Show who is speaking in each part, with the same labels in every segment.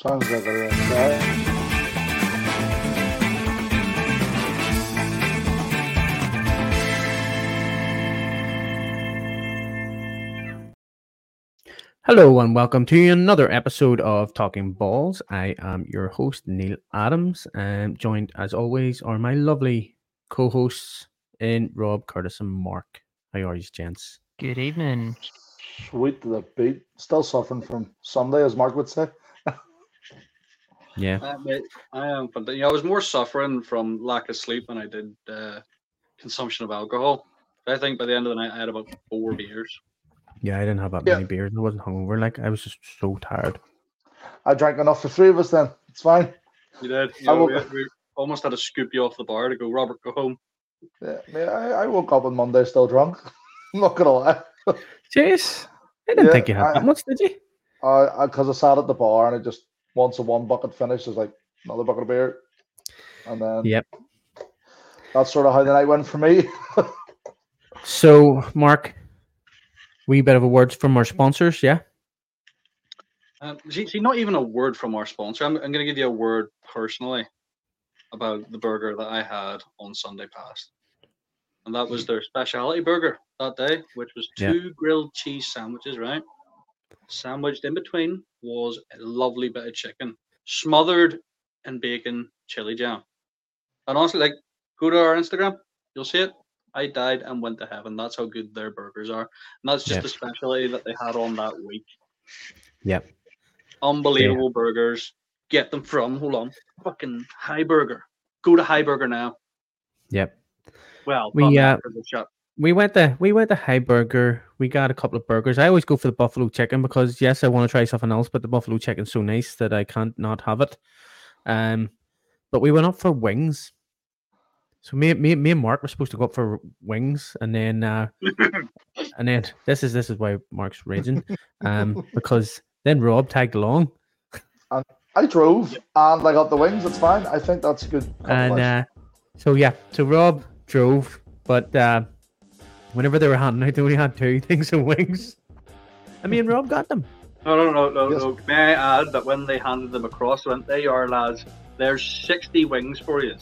Speaker 1: Sounds like a little guy.
Speaker 2: Hello and welcome to another episode of Talking Balls. I am your host Neil Adams, and joined as always are my lovely co-hosts in Rob, Curtis, and Mark. How are you, gents?
Speaker 3: Good evening.
Speaker 1: Sweet to the beat. Still suffering from Sunday, as Mark would say.
Speaker 2: Yeah,
Speaker 4: Uh, mate, I am, but you know, I was more suffering from lack of sleep than I did uh, consumption of alcohol. But I think by the end of the night, I had about four beers.
Speaker 2: yeah. I didn't have that
Speaker 1: Yeah.
Speaker 2: many beers. I wasn't hungover. Like I was just so tired.
Speaker 1: I drank enough for three of us then. It's fine.
Speaker 4: You did. You
Speaker 1: I
Speaker 4: know, we,
Speaker 1: woke-
Speaker 4: we almost had to scoop you off the bar to go, Robert, go home.
Speaker 1: Yeah, I, mean, I, I woke up on Monday still drunk. I'm not going to lie.
Speaker 2: Jeez, I didn't
Speaker 1: Yeah,
Speaker 2: think you had
Speaker 1: I-
Speaker 2: that much, did you?
Speaker 1: Because I, 'cause I sat at the bar and I just, once a one bucket finished, there's like another bucket of beer. And then
Speaker 2: Yep.
Speaker 1: that's sort of how the night went for me.
Speaker 2: So, Mark, wee bit of a words from our sponsors. Yeah,
Speaker 4: Um, see, see, not even a word from our sponsor. I'm, I'm going to give you a word personally about the burger that I had on Sunday past. And that was their speciality burger that day, which was
Speaker 2: Yeah.
Speaker 4: two grilled cheese sandwiches, right? Sandwiched in between was a lovely bit of chicken, smothered in bacon chili jam. And honestly, like, go to our Instagram, you'll see it. I died and went to heaven. That's how good their burgers are. And that's just
Speaker 2: Yeah.
Speaker 4: the speciality that they had on that week
Speaker 2: yeah.
Speaker 4: unbelievable burgers. Get them from hold on, fucking High Burger. Go to High Burger now.
Speaker 2: Yep.
Speaker 4: Well,
Speaker 2: We,
Speaker 4: not now,
Speaker 2: uh,
Speaker 4: 'cause it's shut.
Speaker 2: We went to we went to High Burger. We got a couple of burgers. I always go for the buffalo chicken because yes, I want to try something else, but the buffalo chicken's so nice that I can't not have it. Um, but we went up for wings. So me, me, me and Mark were supposed to go up for wings, and then uh, and then this is this is why Mark's raging, um, because then Rob tagged along,
Speaker 1: I drove and I got the wings. It's fine. I think that's a good.
Speaker 2: and
Speaker 1: compromise.
Speaker 2: uh, so yeah, so Rob drove, but uh, whenever they were handing out, they only had two things of wings. I mean, Rob got them.
Speaker 4: No, no, no, no,
Speaker 1: Yes.
Speaker 4: no. May I add that when they handed them across, they went, "There you are, lads. There's 60 wings for you."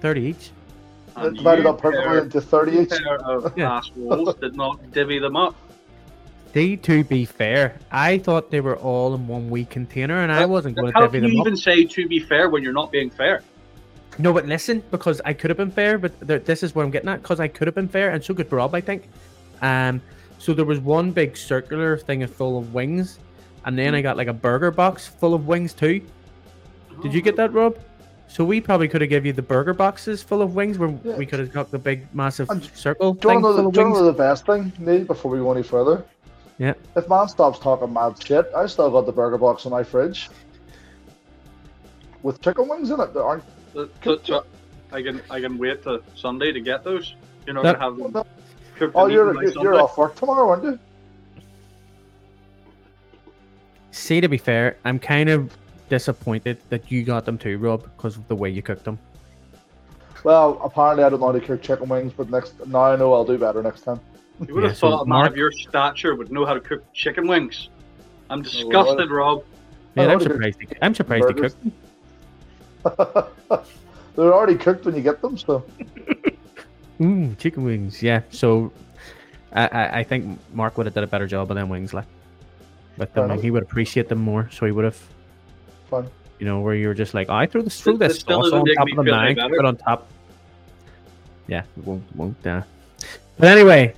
Speaker 2: 30 each. uh,
Speaker 1: They
Speaker 4: And
Speaker 1: divided
Speaker 4: you
Speaker 1: up perfectly
Speaker 4: pair,
Speaker 1: into 30
Speaker 4: you
Speaker 1: each.
Speaker 4: pair of
Speaker 2: Yeah.
Speaker 4: assholes did not divvy them up.
Speaker 2: They, to be fair, I thought they were all in one wee container and I
Speaker 4: That-
Speaker 2: wasn't going to
Speaker 4: How
Speaker 2: divvy
Speaker 4: can you
Speaker 2: them up.
Speaker 4: even say "to be fair" when you're not being fair?
Speaker 2: No, but listen, because I could have been fair, but there, this is where I'm getting at, because I could have been fair and so could Rob, I think. Um, So there was one big circular thing full of wings and
Speaker 4: Hmm.
Speaker 2: then I got like a burger box full of wings too. Did you get that, Rob? So we probably could have give you the burger boxes full of wings where
Speaker 1: Yeah.
Speaker 2: we could have got the big massive
Speaker 1: And
Speaker 2: circle
Speaker 1: Do you
Speaker 2: thing
Speaker 1: want to know
Speaker 2: full
Speaker 1: the,
Speaker 2: of
Speaker 1: do you wanna
Speaker 2: wings.
Speaker 1: know the best thing, Neil, before we go any further?
Speaker 2: Yeah.
Speaker 1: If man stops talking mad shit, I still got the burger box in my fridge with chicken wings in it that aren't.
Speaker 4: Th- th- th- Uh, I can, I can wait till Sunday to get those. You're not
Speaker 2: That-
Speaker 4: gonna have them. cooked
Speaker 1: Oh,
Speaker 4: and eaten
Speaker 1: you're
Speaker 4: by
Speaker 1: you're,
Speaker 4: Sunday.
Speaker 1: you're off work tomorrow, aren't you?
Speaker 2: See, to be fair, I'm kind of disappointed that you got them too, Rob, because of the way you cooked them.
Speaker 1: Well, apparently I don't know how to cook chicken wings, but next now I know I'll do better next time.
Speaker 4: You would
Speaker 2: Yeah,
Speaker 4: have
Speaker 2: so
Speaker 4: thought a man
Speaker 2: Mark-
Speaker 4: of your stature would know how to cook chicken wings. I'm
Speaker 1: Oh,
Speaker 4: disgusted, Rob.
Speaker 2: Man,
Speaker 1: Oh, they're
Speaker 2: I'm
Speaker 1: good.
Speaker 2: surprised. He, I'm surprised he
Speaker 1: Burgers.
Speaker 2: cooked.
Speaker 1: They're already cooked when you get them, so
Speaker 2: Ooh, mm, chicken wings. Yeah. So, I, I, I think Mark would have did a better job of them wings, like, with
Speaker 1: Fair
Speaker 2: them, and
Speaker 1: enough.
Speaker 2: he would appreciate them more. So he would have,
Speaker 1: fine.
Speaker 2: you know, where you were just like, "Oh, I threw this threw
Speaker 4: This-
Speaker 2: this
Speaker 4: this still
Speaker 2: sauce
Speaker 4: doesn't
Speaker 2: on
Speaker 4: make
Speaker 2: top
Speaker 4: me
Speaker 2: of the
Speaker 4: feel any
Speaker 2: nine,
Speaker 4: better.
Speaker 2: put on top. Yeah, it won't won't. Uh... But anyway,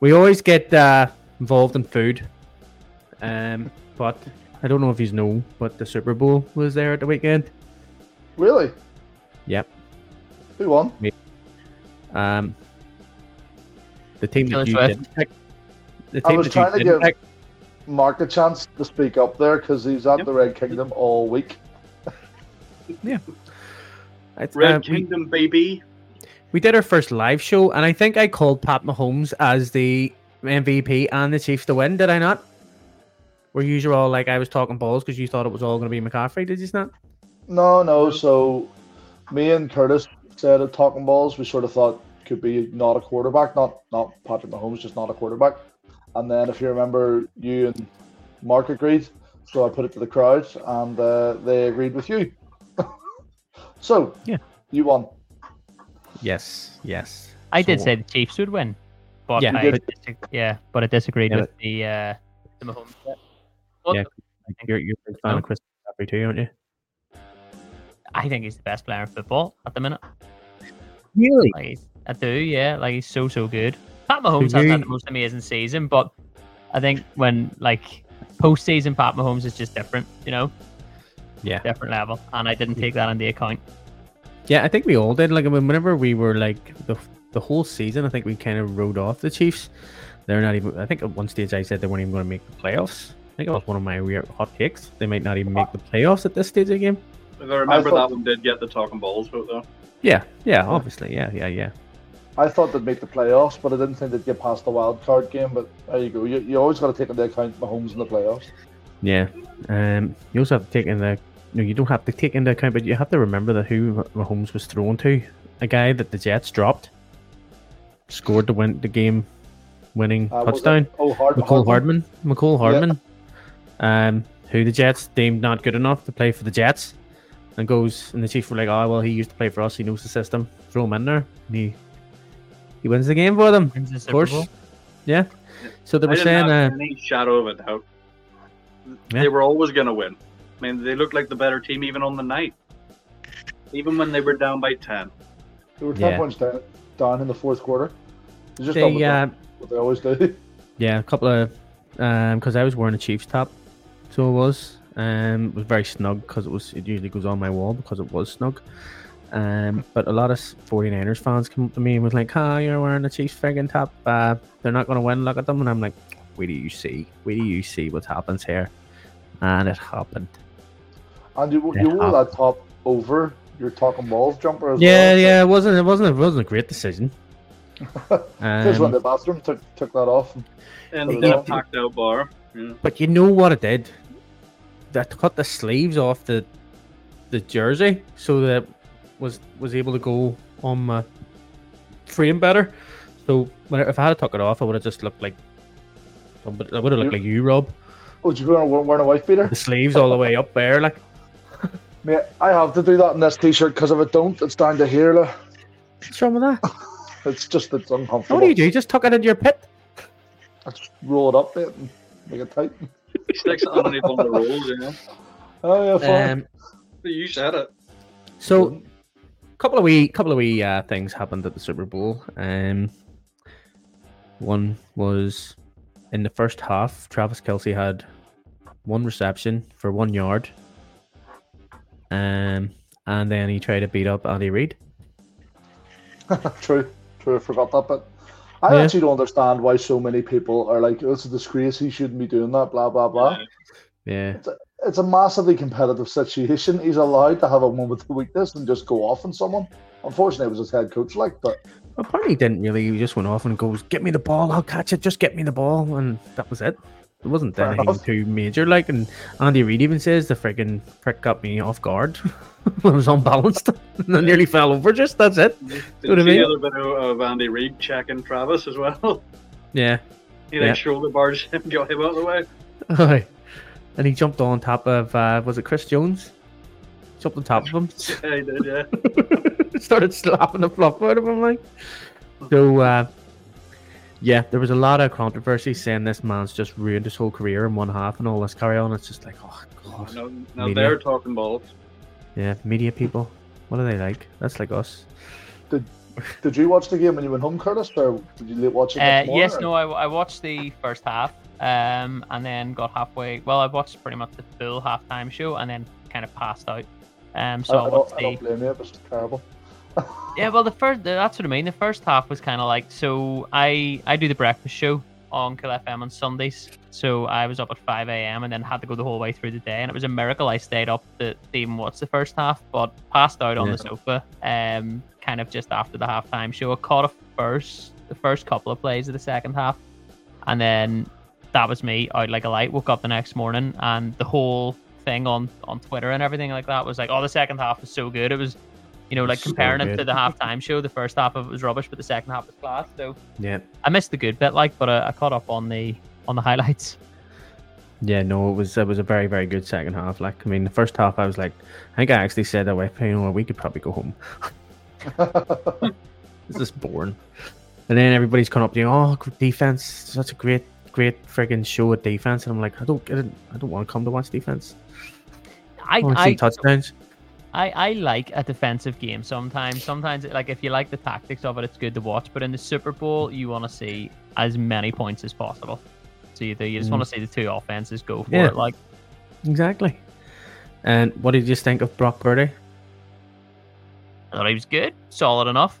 Speaker 2: we always get uh, involved in food. Um, but I don't know if you know, but the Super Bowl was there at the weekend.
Speaker 1: Really?
Speaker 2: Yep.
Speaker 1: Who won?
Speaker 2: Um, the team
Speaker 3: Taylor
Speaker 2: that you
Speaker 3: Swift.
Speaker 2: didn't pick. The
Speaker 1: I
Speaker 2: team
Speaker 1: was
Speaker 2: that
Speaker 1: trying to
Speaker 2: you didn't
Speaker 1: give-
Speaker 2: pick.
Speaker 1: Mark a chance to speak up there because he's at
Speaker 2: Yep.
Speaker 1: the Red Kingdom all week.
Speaker 2: It's,
Speaker 4: Red
Speaker 2: uh, we,
Speaker 4: Kingdom, baby.
Speaker 2: we did our first live show, and I think I called Pat Mahomes as the MVP and the Chiefs to win. Did I not? Were you all like I was talking balls because you thought it was all going to be McCaffrey? Did you not?
Speaker 1: No, no. So, me and Curtis said at Talking Balls, we sort of thought could be not a quarterback, not not Patrick Mahomes, just not a quarterback. And then, if you remember, you and Mark agreed So I put it to the crowd, and uh, they agreed with you. so
Speaker 3: Yeah.
Speaker 1: you won.
Speaker 2: Yes, yes.
Speaker 3: I did
Speaker 2: So-
Speaker 3: say the Chiefs would win, but
Speaker 2: Yeah,
Speaker 3: yeah,
Speaker 2: you
Speaker 3: I,
Speaker 1: did.
Speaker 3: dis- yeah, but I disagreed
Speaker 2: Yeah,
Speaker 3: with the uh, the Mahomes. bet.
Speaker 2: Yeah. You're, you're a big fan of Chris Godfrey too, aren't you?
Speaker 3: I think he's the best player in football at the minute.
Speaker 2: Really?
Speaker 3: Like, he's- I do, yeah. Like he's so so good. Pat Mahomes
Speaker 2: you-
Speaker 3: hasn't had the most amazing season, but I think when like postseason, Pat Mahomes is just different, you know,
Speaker 2: Yeah.
Speaker 3: different level. And I didn't take that into account.
Speaker 2: Yeah, I think we all did. Like, I mean, whenever we were like the the whole season, I think we kind of rode off the Chiefs. They're not even. I think at one stage I said they weren't even going to make the playoffs. I think it was one of my weird hot takes. They might not even make the playoffs at this stage of the game.
Speaker 4: If I remember,
Speaker 1: thought-
Speaker 4: that one did get the talking balls uh, vote though.
Speaker 2: Yeah, yeah, obviously, yeah, yeah, yeah.
Speaker 1: I thought they'd make the playoffs, but I didn't think they'd get past the wild card game. But there you go. You, you always got to take into account Mahomes in the playoffs.
Speaker 2: Yeah. Um, you also have to take into no, you don't have to take into account, but you have to remember that who Mahomes was thrown to, a guy that the Jets dropped, scored the win the game, winning
Speaker 1: Uh, was it-
Speaker 2: touchdown.
Speaker 1: Oh, hard.
Speaker 2: McCall Hardman. McCall Hardman. Um, who the Jets deemed not good enough to play for the Jets, and goes and the Chiefs were like, "Oh well, he used to play for us. He knows the system. Throw him in there. And he he wins the game for them.
Speaker 3: Wins the
Speaker 2: Of
Speaker 3: Super
Speaker 2: course,
Speaker 3: Bowl.
Speaker 2: yeah." So they
Speaker 4: I
Speaker 2: were
Speaker 4: didn't
Speaker 2: saying, uh,
Speaker 4: have any shadow of a doubt.
Speaker 2: Yeah.
Speaker 4: They were always going to win. I mean, they looked like the better team even on the night, even when they were down by ten.
Speaker 1: They were ten
Speaker 2: Yeah.
Speaker 1: points down, down in the fourth quarter. They just
Speaker 2: they, uh,
Speaker 1: done what they always do.
Speaker 2: yeah, a couple of, um, because I was wearing a Chiefs top, so it was, um, it was very snug because it was it usually goes on my wall because it was snug, um, but a lot of 49ers fans come up to me and was like, "Ah, you're wearing a Chiefs friggin' top. Uh, they're not gonna win. Look at them." And I'm like, "Where do you see? Where do you see what happens here?" And it happened.
Speaker 1: And you,
Speaker 2: Yeah.
Speaker 1: you wore that top over your talking balls jumper as
Speaker 2: Yeah,
Speaker 1: well.
Speaker 2: yeah, it wasn't it wasn't it wasn't a great decision.
Speaker 1: Just went
Speaker 2: Um,
Speaker 1: to the bathroom, took took that off. and-
Speaker 4: And
Speaker 1: Yeah.
Speaker 4: that packed out bar. Yeah.
Speaker 2: But you know what it did? That cut the sleeves off the the jersey so that was was able to go on my frame better. So when I, if I had took it off, I would have just looked like somebody- I would have looked
Speaker 1: You-
Speaker 2: like you, Rob.
Speaker 1: Oh, did you wear a, wearing a wife beater?
Speaker 2: The sleeves all the way up there, like
Speaker 1: Mate, I have to do that in this t-shirt because if I don't, it's down to here. Like.
Speaker 2: what's wrong with that?
Speaker 1: It's just it's uncomfortable.
Speaker 2: What do you do? Just tuck it into your pit.
Speaker 1: I just roll it up mate, and make it tight.
Speaker 4: He sticks it underneath on the rolls, you know.
Speaker 1: Oh yeah, fine.
Speaker 2: Um,
Speaker 4: You said it.
Speaker 2: so couple of wee couple of wee uh, things happened at the Super Bowl. Um, one was in the first half, Travis Kelsey had one reception for one yard. Um, and then he tried to beat up Andy Reid.
Speaker 1: True, true. I forgot that bit. I
Speaker 2: Yeah.
Speaker 1: actually don't understand why so many people are like, "Oh, "It's a disgrace. He shouldn't be doing that." Blah blah blah.
Speaker 2: Yeah,
Speaker 1: It's a massively competitive situation. He's allowed to have a moment of weakness and just go off on someone. Unfortunately, it was his head coach, like, but
Speaker 2: apparently he didn't really. He just went off and goes, "Get me the ball, I'll catch it. Just get me the ball," and that was it. It wasn't
Speaker 1: Fair
Speaker 2: anything
Speaker 1: enough.
Speaker 2: too major. Like, and Andy Reid even says the friggin' prick got me off guard. I was unbalanced and I nearly fell over. Just that's it.
Speaker 4: Did
Speaker 2: What do
Speaker 4: you
Speaker 2: you
Speaker 4: see
Speaker 2: mean?
Speaker 4: the other video of Andy Reid checking Travis as well?
Speaker 2: Yeah.
Speaker 4: He like
Speaker 2: Yeah.
Speaker 4: shoulder barged him, got him out of the way.
Speaker 2: Aye. and he jumped on top of uh, was it Chris Jones? Jumped on top of him,
Speaker 4: Yeah, he did, yeah.
Speaker 2: started slapping the flop out of him like. So uh, yeah, there was a lot of controversy saying this man's just ruined his whole career in one half and all this carry on. It's just like, oh god,
Speaker 4: Now, now
Speaker 2: Media.
Speaker 4: they're talking balls.
Speaker 2: yeah, media people, what are they like? That's like us.
Speaker 1: did you watch the game when you went home, Curtis, or did you watch it?
Speaker 3: Uh,
Speaker 1: next morning?
Speaker 3: yes, no, I, I watched the first half um, and then got halfway. Well, I watched pretty much the full halftime show and then kind of passed out. Um, so I,
Speaker 1: I, I,
Speaker 3: watched
Speaker 1: don't, Uh, oh, I
Speaker 3: the
Speaker 1: don't blame you. It was terrible.
Speaker 3: Yeah, well, the first that's what I mean. The first half was kind of like so. I I do the breakfast show on Kill FM on Sundays, so I was up at five a.m. and then had to go the whole way through the day, and it was a miracle I stayed up to, to even watch the first half. But passed out on
Speaker 2: Yeah.
Speaker 3: the sofa, um, kind of just after the halftime show. I caught a first the first couple of plays of the second half, and then that was me out like a light. Woke up the next morning, and the whole thing on on Twitter and everything like that was like, "Oh, the second half was so good." It was, you know, like
Speaker 2: So
Speaker 3: comparing it
Speaker 2: good.
Speaker 3: to the halftime show. The first half of it was rubbish, but the second half was class. So
Speaker 2: Yeah,
Speaker 3: I missed the good bit, like, but I, I caught up on the on the highlights.
Speaker 2: Yeah, no, it was it was a very very good second half. Like, I mean, the first half I was like, I think I actually said that way. You know, we could probably go home. This is boring. And then everybody's coming up to you, oh, good defense, such a great great friggin' show of defense. And I'm like, I don't get it. I don't want to come to watch defense.
Speaker 3: I,
Speaker 2: I want to
Speaker 3: I,
Speaker 2: see touchdowns.
Speaker 3: I, I like a defensive game sometimes. Sometimes, like if you like the tactics of it, it's good to watch. But in the Super Bowl, you want to see as many points as possible. So you, do- you just want to see the two offenses go for
Speaker 2: Mm. Yeah.
Speaker 3: it. Like
Speaker 2: Exactly. And what did you think of Brock Purdy?
Speaker 3: I thought he was good, solid enough.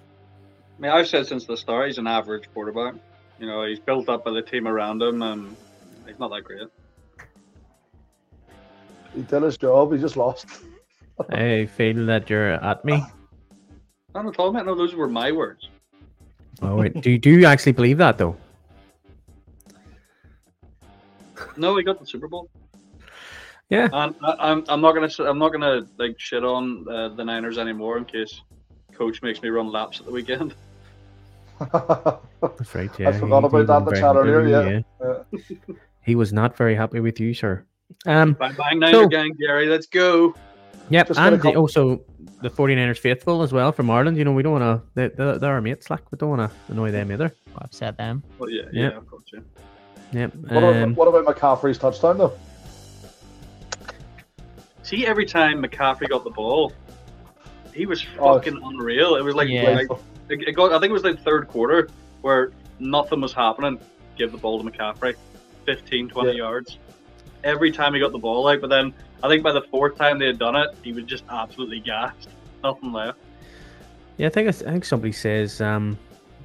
Speaker 4: I mean, I've said since the start he's an average quarterback. You know, he's built up by the team around him, and he's not that great.
Speaker 1: He did his job. He just lost.
Speaker 2: I feel that you're at me.
Speaker 4: Not at all, mate. No, those were my words.
Speaker 2: Oh wait, do you, do you actually believe that though?
Speaker 4: No, he got the Super Bowl.
Speaker 2: Yeah.
Speaker 4: And I, I'm, I'm not gonna s- I'm not gonna like shit on uh, the Niners anymore in case coach makes me run laps at the weekend.
Speaker 2: That's right. Yeah,
Speaker 1: forgot
Speaker 2: he- he
Speaker 1: about that
Speaker 2: wasn't
Speaker 1: in the
Speaker 2: very
Speaker 1: chat
Speaker 2: happy
Speaker 1: earlier,
Speaker 2: with you,
Speaker 1: yeah. Yeah.
Speaker 2: he was not very happy with you, sir. Um.
Speaker 4: Bang bang Niner
Speaker 2: So-
Speaker 4: gang, Gary, let's go.
Speaker 2: Yep.
Speaker 1: Just got a
Speaker 2: And the,
Speaker 1: couple-
Speaker 2: also the 49ers faithful as well from Ireland. You know, we don't want to. They, they're, they're our mates. Like we don't want to annoy them either.
Speaker 3: Upset them.
Speaker 4: Well, yeah,
Speaker 2: Yeah.
Speaker 4: yeah, of course, yeah.
Speaker 2: Yep.
Speaker 1: What, about,
Speaker 2: um,
Speaker 1: what about McCaffrey's touchdown though?
Speaker 4: See, every time McCaffrey got the ball, he was
Speaker 1: Oh,
Speaker 4: fucking unreal. It was like,
Speaker 3: Yeah.
Speaker 4: like it it got, I think it was like third quarter where nothing was happening. Give the ball to McCaffrey, 15, 20
Speaker 1: Yeah.
Speaker 4: yards. Every time he got the ball out, but then I think by the fourth time they had done it, he was just absolutely gassed. Nothing left.
Speaker 2: yeah, I think it's- I think somebody says um,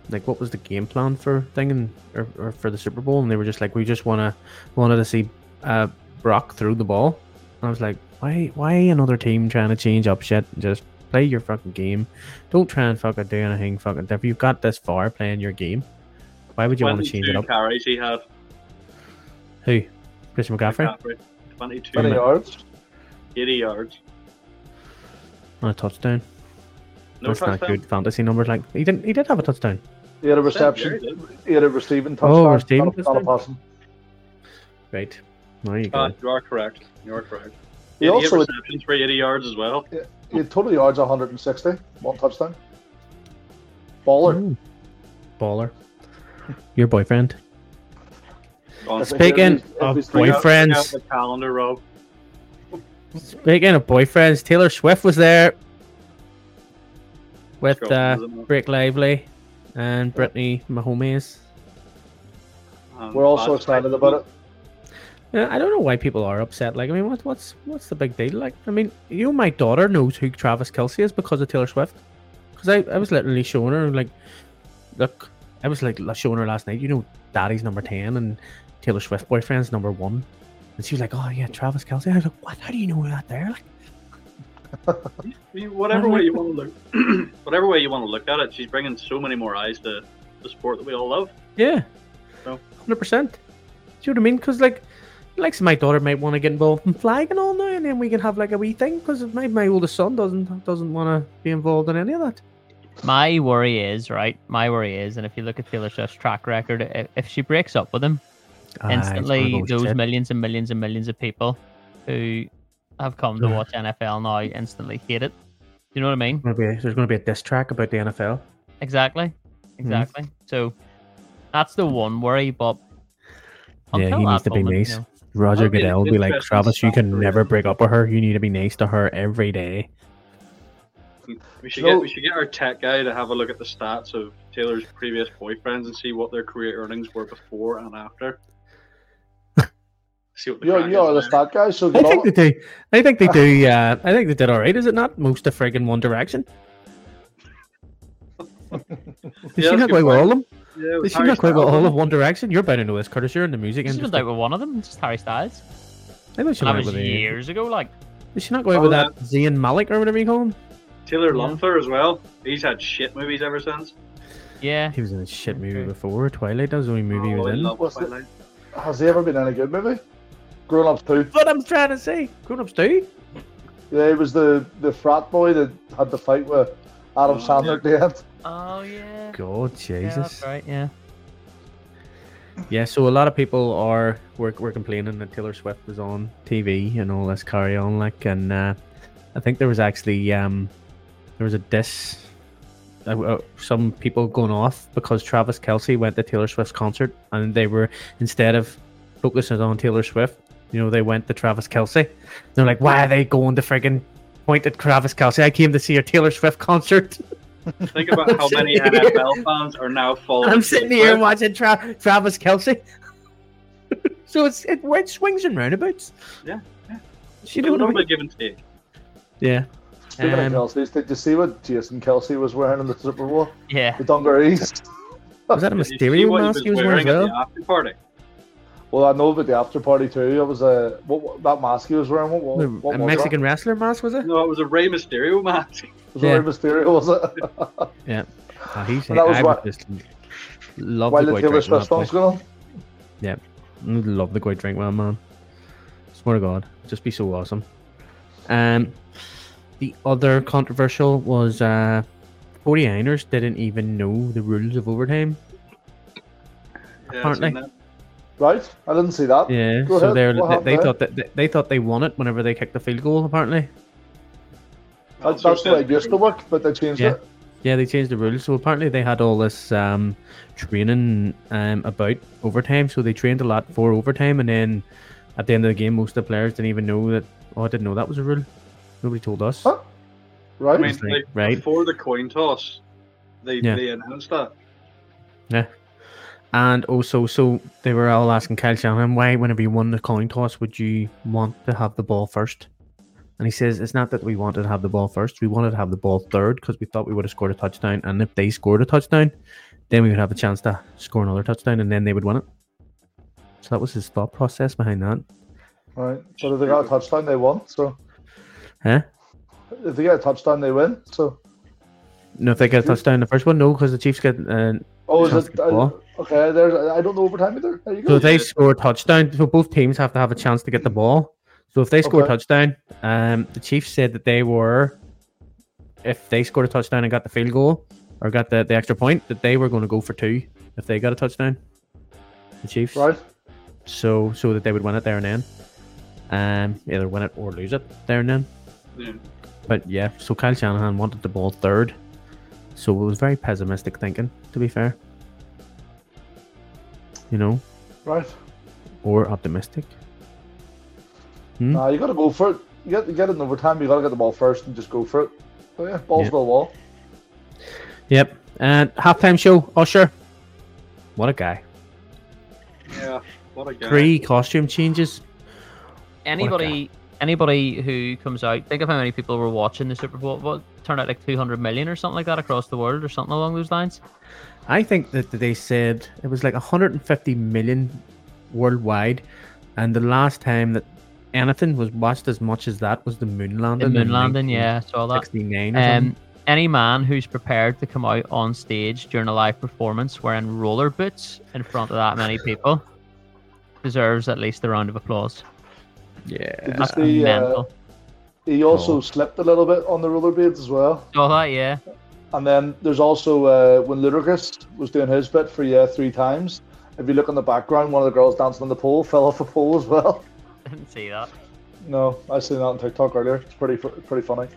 Speaker 2: like what was the game plan for thing and or, or for the Super Bowl, and they were just like we just want to wanted to see uh Brock throw the ball. And I was like, why why another team trying to change up shit? Just play your fucking game. Don't try and fucking do anything fucking different. You've got this far playing your game. Why would you want to change it up?
Speaker 4: carries he had.
Speaker 2: Who? Christian McCaffrey?
Speaker 4: McCaffrey, 22,
Speaker 1: Twenty
Speaker 2: minutes.
Speaker 1: yards.
Speaker 4: 80 yards.
Speaker 2: on a touchdown.
Speaker 4: No
Speaker 2: That's not
Speaker 4: touchdown.
Speaker 2: good fantasy numbers. Like he didn't. He did have a touchdown.
Speaker 1: He had a
Speaker 4: Yeah,
Speaker 1: reception.
Speaker 4: Gary did.
Speaker 1: He had a receiving touchdown.
Speaker 2: Oh, receiving
Speaker 1: not a- not a
Speaker 2: touchdown.
Speaker 1: passing.
Speaker 2: Right. There you go.
Speaker 4: Uh, you are correct. You are correct.
Speaker 1: He
Speaker 4: 88
Speaker 1: also-
Speaker 4: receptions for 80 yards as well.
Speaker 1: He had total yards 160. One touchdown. Baller.
Speaker 2: Ooh. Baller. Your boyfriend.
Speaker 4: Gone.
Speaker 1: If it-
Speaker 2: Speaking
Speaker 1: if
Speaker 2: of
Speaker 1: it's-
Speaker 4: Bring out- bring
Speaker 2: boyfriends.
Speaker 4: out the calendar, Rob.
Speaker 2: Speaking of boyfriends, Taylor Swift was there with
Speaker 4: Sure,
Speaker 2: uh,
Speaker 4: doesn't it?
Speaker 2: Blake Lively and Brittany Mahomes.
Speaker 4: Um,
Speaker 1: We're also
Speaker 4: but-
Speaker 1: excited about it.
Speaker 2: Yeah, I don't know why people are upset. Like, I mean, what, what's what's the big deal? Like, I mean, you, know, my daughter knows who Travis Kelsey is because of Taylor Swift. Because I, I was literally showing her like, look, I was like la- showing her last night. You know, Daddy's number ten and Taylor Swift boyfriend's number one, and she was like, oh yeah, Travis Kelsey. I was like, what? How do you know that there? Like,
Speaker 4: You- Whatever way you want to look, whatever way you want to look at it, she's bringing so many more eyes to the sport that we all love.
Speaker 2: yeah,
Speaker 4: No.
Speaker 2: hundred percent. Do you know what I mean? Because like. Like so my daughter might want to get involved in flag and all now, and then we can have like a wee thing. Because my, my oldest son doesn't doesn't want to be involved in any of that.
Speaker 3: My worry is right. My worry is, and if you look at Taylor Swift's track record, i- if she breaks up with him
Speaker 2: Ah, it's one of
Speaker 3: instantly,
Speaker 2: those
Speaker 3: those
Speaker 2: shit.
Speaker 3: millions and millions and millions of people who have come to
Speaker 2: Yeah.
Speaker 3: watch NFL now instantly hate it. You know what I mean?
Speaker 2: Gonna be- there's going to be a diss track about the NFL.
Speaker 3: Exactly.
Speaker 2: Mm-hmm.
Speaker 3: Exactly. So that's the one worry, but
Speaker 2: Yeah, he
Speaker 3: until
Speaker 2: needs
Speaker 3: that
Speaker 2: to be
Speaker 3: moment,
Speaker 2: nice.
Speaker 3: you know,
Speaker 2: Roger
Speaker 4: That'd be an
Speaker 2: Goodell will be like,
Speaker 4: interesting
Speaker 2: Travis, you can
Speaker 4: story.
Speaker 2: never break up with her. You need to be nice to her every day.
Speaker 4: We should
Speaker 1: No.
Speaker 4: get we should get our tech guy to have a look at the stats of Taylor's previous boyfriends and see what their career earnings were before and after. see what the
Speaker 1: You're,
Speaker 4: crack
Speaker 1: you're the
Speaker 4: is there.
Speaker 1: stat guy, so
Speaker 2: I
Speaker 1: get on
Speaker 2: think they
Speaker 1: it.
Speaker 2: do. I think they do. Uh, I think they did all right. Is it not most of friggin' One Direction? They
Speaker 4: Yeah,
Speaker 2: seem
Speaker 4: that's a
Speaker 2: that
Speaker 4: good
Speaker 2: way with
Speaker 4: point.
Speaker 2: all of them.
Speaker 4: Yeah,
Speaker 2: They
Speaker 4: with
Speaker 2: seem
Speaker 4: Harry
Speaker 2: that way with
Speaker 4: Styles.
Speaker 2: all of One Direction. You're bound to know this, Curtis. You're in the music
Speaker 3: she's been
Speaker 2: industry.
Speaker 3: out with one of them, just Harry Styles.
Speaker 2: I know she
Speaker 3: And that
Speaker 2: went out
Speaker 3: was
Speaker 2: with the.
Speaker 3: years ago. Like,
Speaker 2: Did she not go out
Speaker 4: Oh,
Speaker 2: with that Zayn Malik or whatever you call him?
Speaker 4: Taylor
Speaker 3: Yeah.
Speaker 4: Lunther as well. He's had shit movies ever since.
Speaker 3: yeah,
Speaker 2: He was in a shit movie
Speaker 3: Okay.
Speaker 2: before. Twilight. That was the only movie he
Speaker 4: Oh,
Speaker 2: was
Speaker 4: I
Speaker 2: in.
Speaker 4: love
Speaker 1: What's the-
Speaker 4: Twilight.
Speaker 1: Has he ever been in a good movie? Grown Ups 2.
Speaker 2: What I'm trying to say. Grown ups do.
Speaker 1: Yeah, he was the, the frat boy that had the fight with Adam
Speaker 4: Oh,
Speaker 1: Sandler at the end.
Speaker 3: oh yeah,
Speaker 2: God,
Speaker 3: yeah,
Speaker 2: Jesus.
Speaker 3: that's right, yeah.
Speaker 2: Yeah, so a lot of people are were, were complaining that Taylor Swift was on TV and all this carry on like, and uh, I think there was actually um, there was a diss, uh, uh, some people going off because Travis Kelsey went to Taylor Swift's concert and they were instead of focusing on Taylor Swift, you know, they went to Travis Kelsey. They're like, why are they going to friggin' point at Travis Kelsey? I came to see a Taylor Swift concert.
Speaker 4: Think about how many
Speaker 2: sitting here.
Speaker 4: NFL fans are now following.
Speaker 2: I'm sitting here watching Tra- Travis Kelsey. so it's it, it swings and roundabouts.
Speaker 4: Yeah, yeah.
Speaker 2: She
Speaker 4: You
Speaker 2: don't
Speaker 4: know,
Speaker 2: know.
Speaker 4: give and take.
Speaker 2: Yeah.
Speaker 1: Speaking
Speaker 2: Um,
Speaker 1: of Kelsey's, did you see what Jason Kelsey was wearing in the Super Bowl?
Speaker 3: Yeah.
Speaker 1: The dungarees.
Speaker 2: Was that a
Speaker 4: Did you see
Speaker 2: Mysterio
Speaker 4: what
Speaker 2: mask he was wearing as
Speaker 4: at the
Speaker 2: well?
Speaker 4: after party?
Speaker 1: Well, I know about the after party too. It was a what, what- that mask he was wearing. What,
Speaker 2: The-
Speaker 1: what, what
Speaker 2: a
Speaker 1: was
Speaker 2: Mexican wrestler mask was it?
Speaker 4: No, it was a Rey Mysterio match.
Speaker 1: It? Was it Rey Mysterio? Was it?
Speaker 2: Ah, he's,
Speaker 1: Well, that was
Speaker 2: I
Speaker 1: what-
Speaker 2: would just love
Speaker 1: While
Speaker 2: the
Speaker 1: the
Speaker 2: guy
Speaker 1: Taylor
Speaker 2: drinking
Speaker 1: Swift
Speaker 2: that
Speaker 1: song's
Speaker 2: place.
Speaker 1: going on.
Speaker 2: I'd love the guy drink well, man. Swear to God, it'd just be so awesome. Um, the other controversial was uh, 49ers didn't even know the rules of overtime.
Speaker 4: Yeah,
Speaker 2: Apparently.
Speaker 4: isn't that-
Speaker 1: Right? I didn't see that.
Speaker 2: Yeah,
Speaker 1: Go
Speaker 2: so
Speaker 1: ahead,
Speaker 2: they're,
Speaker 1: what
Speaker 2: they,
Speaker 1: happened
Speaker 2: they
Speaker 1: there?
Speaker 2: thought that they, they thought they won it whenever they kicked the field goal. Apparently,
Speaker 1: That,
Speaker 4: Also
Speaker 1: that's the way it
Speaker 4: said-
Speaker 1: used to work, but they changed
Speaker 2: Yeah.
Speaker 1: it.
Speaker 2: yeah, they changed the rules. So apparently they had all this um, training um, about overtime. So they trained a lot for overtime, and then at the end of the game, most of the players didn't even know that. Oh, I didn't know that was a rule. Nobody told us.
Speaker 1: Huh?
Speaker 4: I
Speaker 1: Right?
Speaker 4: mean,
Speaker 2: It's like,
Speaker 4: like,
Speaker 2: right.
Speaker 4: before the coin toss, they
Speaker 2: Yeah.
Speaker 4: they announced that.
Speaker 2: And also, so they were all asking Kyle Shanahan, why, whenever you won the coin toss, would you want to have the ball first? And he says, it's not that we wanted to have the ball first. We wanted to have the ball third because we thought we would have scored a touchdown. And if they scored a touchdown, then we would have a chance to score another touchdown and then they would win it. So that was his thought process behind that.
Speaker 1: right. So if they got a touchdown, they won. So
Speaker 2: Huh?
Speaker 1: if they get a touchdown, they win. So
Speaker 2: No, if they get a
Speaker 1: Sure.
Speaker 2: touchdown in the first one, no, because the Chiefs get. Uh,
Speaker 1: oh, is
Speaker 2: Sounds
Speaker 1: it
Speaker 2: good
Speaker 1: uh,
Speaker 2: ball.
Speaker 1: okay? There's I don't know overtime either. There you
Speaker 2: so
Speaker 1: go.
Speaker 2: if they score a touchdown, so both teams have to have a chance to get the ball. So if they score a
Speaker 1: Okay.
Speaker 2: touchdown, um, the Chiefs said that they were, if they scored a touchdown and got the field goal or got the, the extra point, that they were going to go for two if they got a touchdown. The Chiefs,
Speaker 1: Right?
Speaker 2: so so that they would win it there and then, um, either win it or lose it there and then.
Speaker 4: Yeah.
Speaker 2: But yeah, so Kyle Shanahan wanted the ball third, so it was very pessimistic thinking. To be fair, you know,
Speaker 1: Right.
Speaker 2: or optimistic. Hmm?
Speaker 1: Nah, you gotta go for it. You get you get in overtime. You gotta get the ball first and just go for it. So yeah, balls
Speaker 2: Yeah.
Speaker 1: to the wall.
Speaker 2: Yep. And halftime show, Usher. What a guy.
Speaker 4: Yeah, what a guy.
Speaker 2: Three costume changes.
Speaker 3: Anybody anybody who comes out, think of how many people were watching the Super Bowl. What turned out like 200 million or something like that across the world or something along those lines.
Speaker 2: I think that they said it was like 150 million worldwide. And the last time that anything was watched as much as that was the moon
Speaker 3: The
Speaker 2: landing.
Speaker 3: moon landing, yeah, saw that.
Speaker 2: 69
Speaker 3: Um, any man who's prepared to come out on stage during a live performance wearing roller boots in front of that many people deserves at least a round of applause.
Speaker 2: yeah.
Speaker 1: Did you
Speaker 3: That's
Speaker 1: see? Uh,
Speaker 3: mental.
Speaker 1: he also
Speaker 2: Oh.
Speaker 1: slipped a little bit on the rollerblades as well.
Speaker 3: Saw that, yeah.
Speaker 1: And then there's also uh, when Ludacris was doing his bit for yeah three times. If you look in the background, one of the girls dancing on the pole fell off a pole as well.
Speaker 3: Didn't see that.
Speaker 1: No, I seen that on TikTok earlier. It's pretty fu- pretty funny.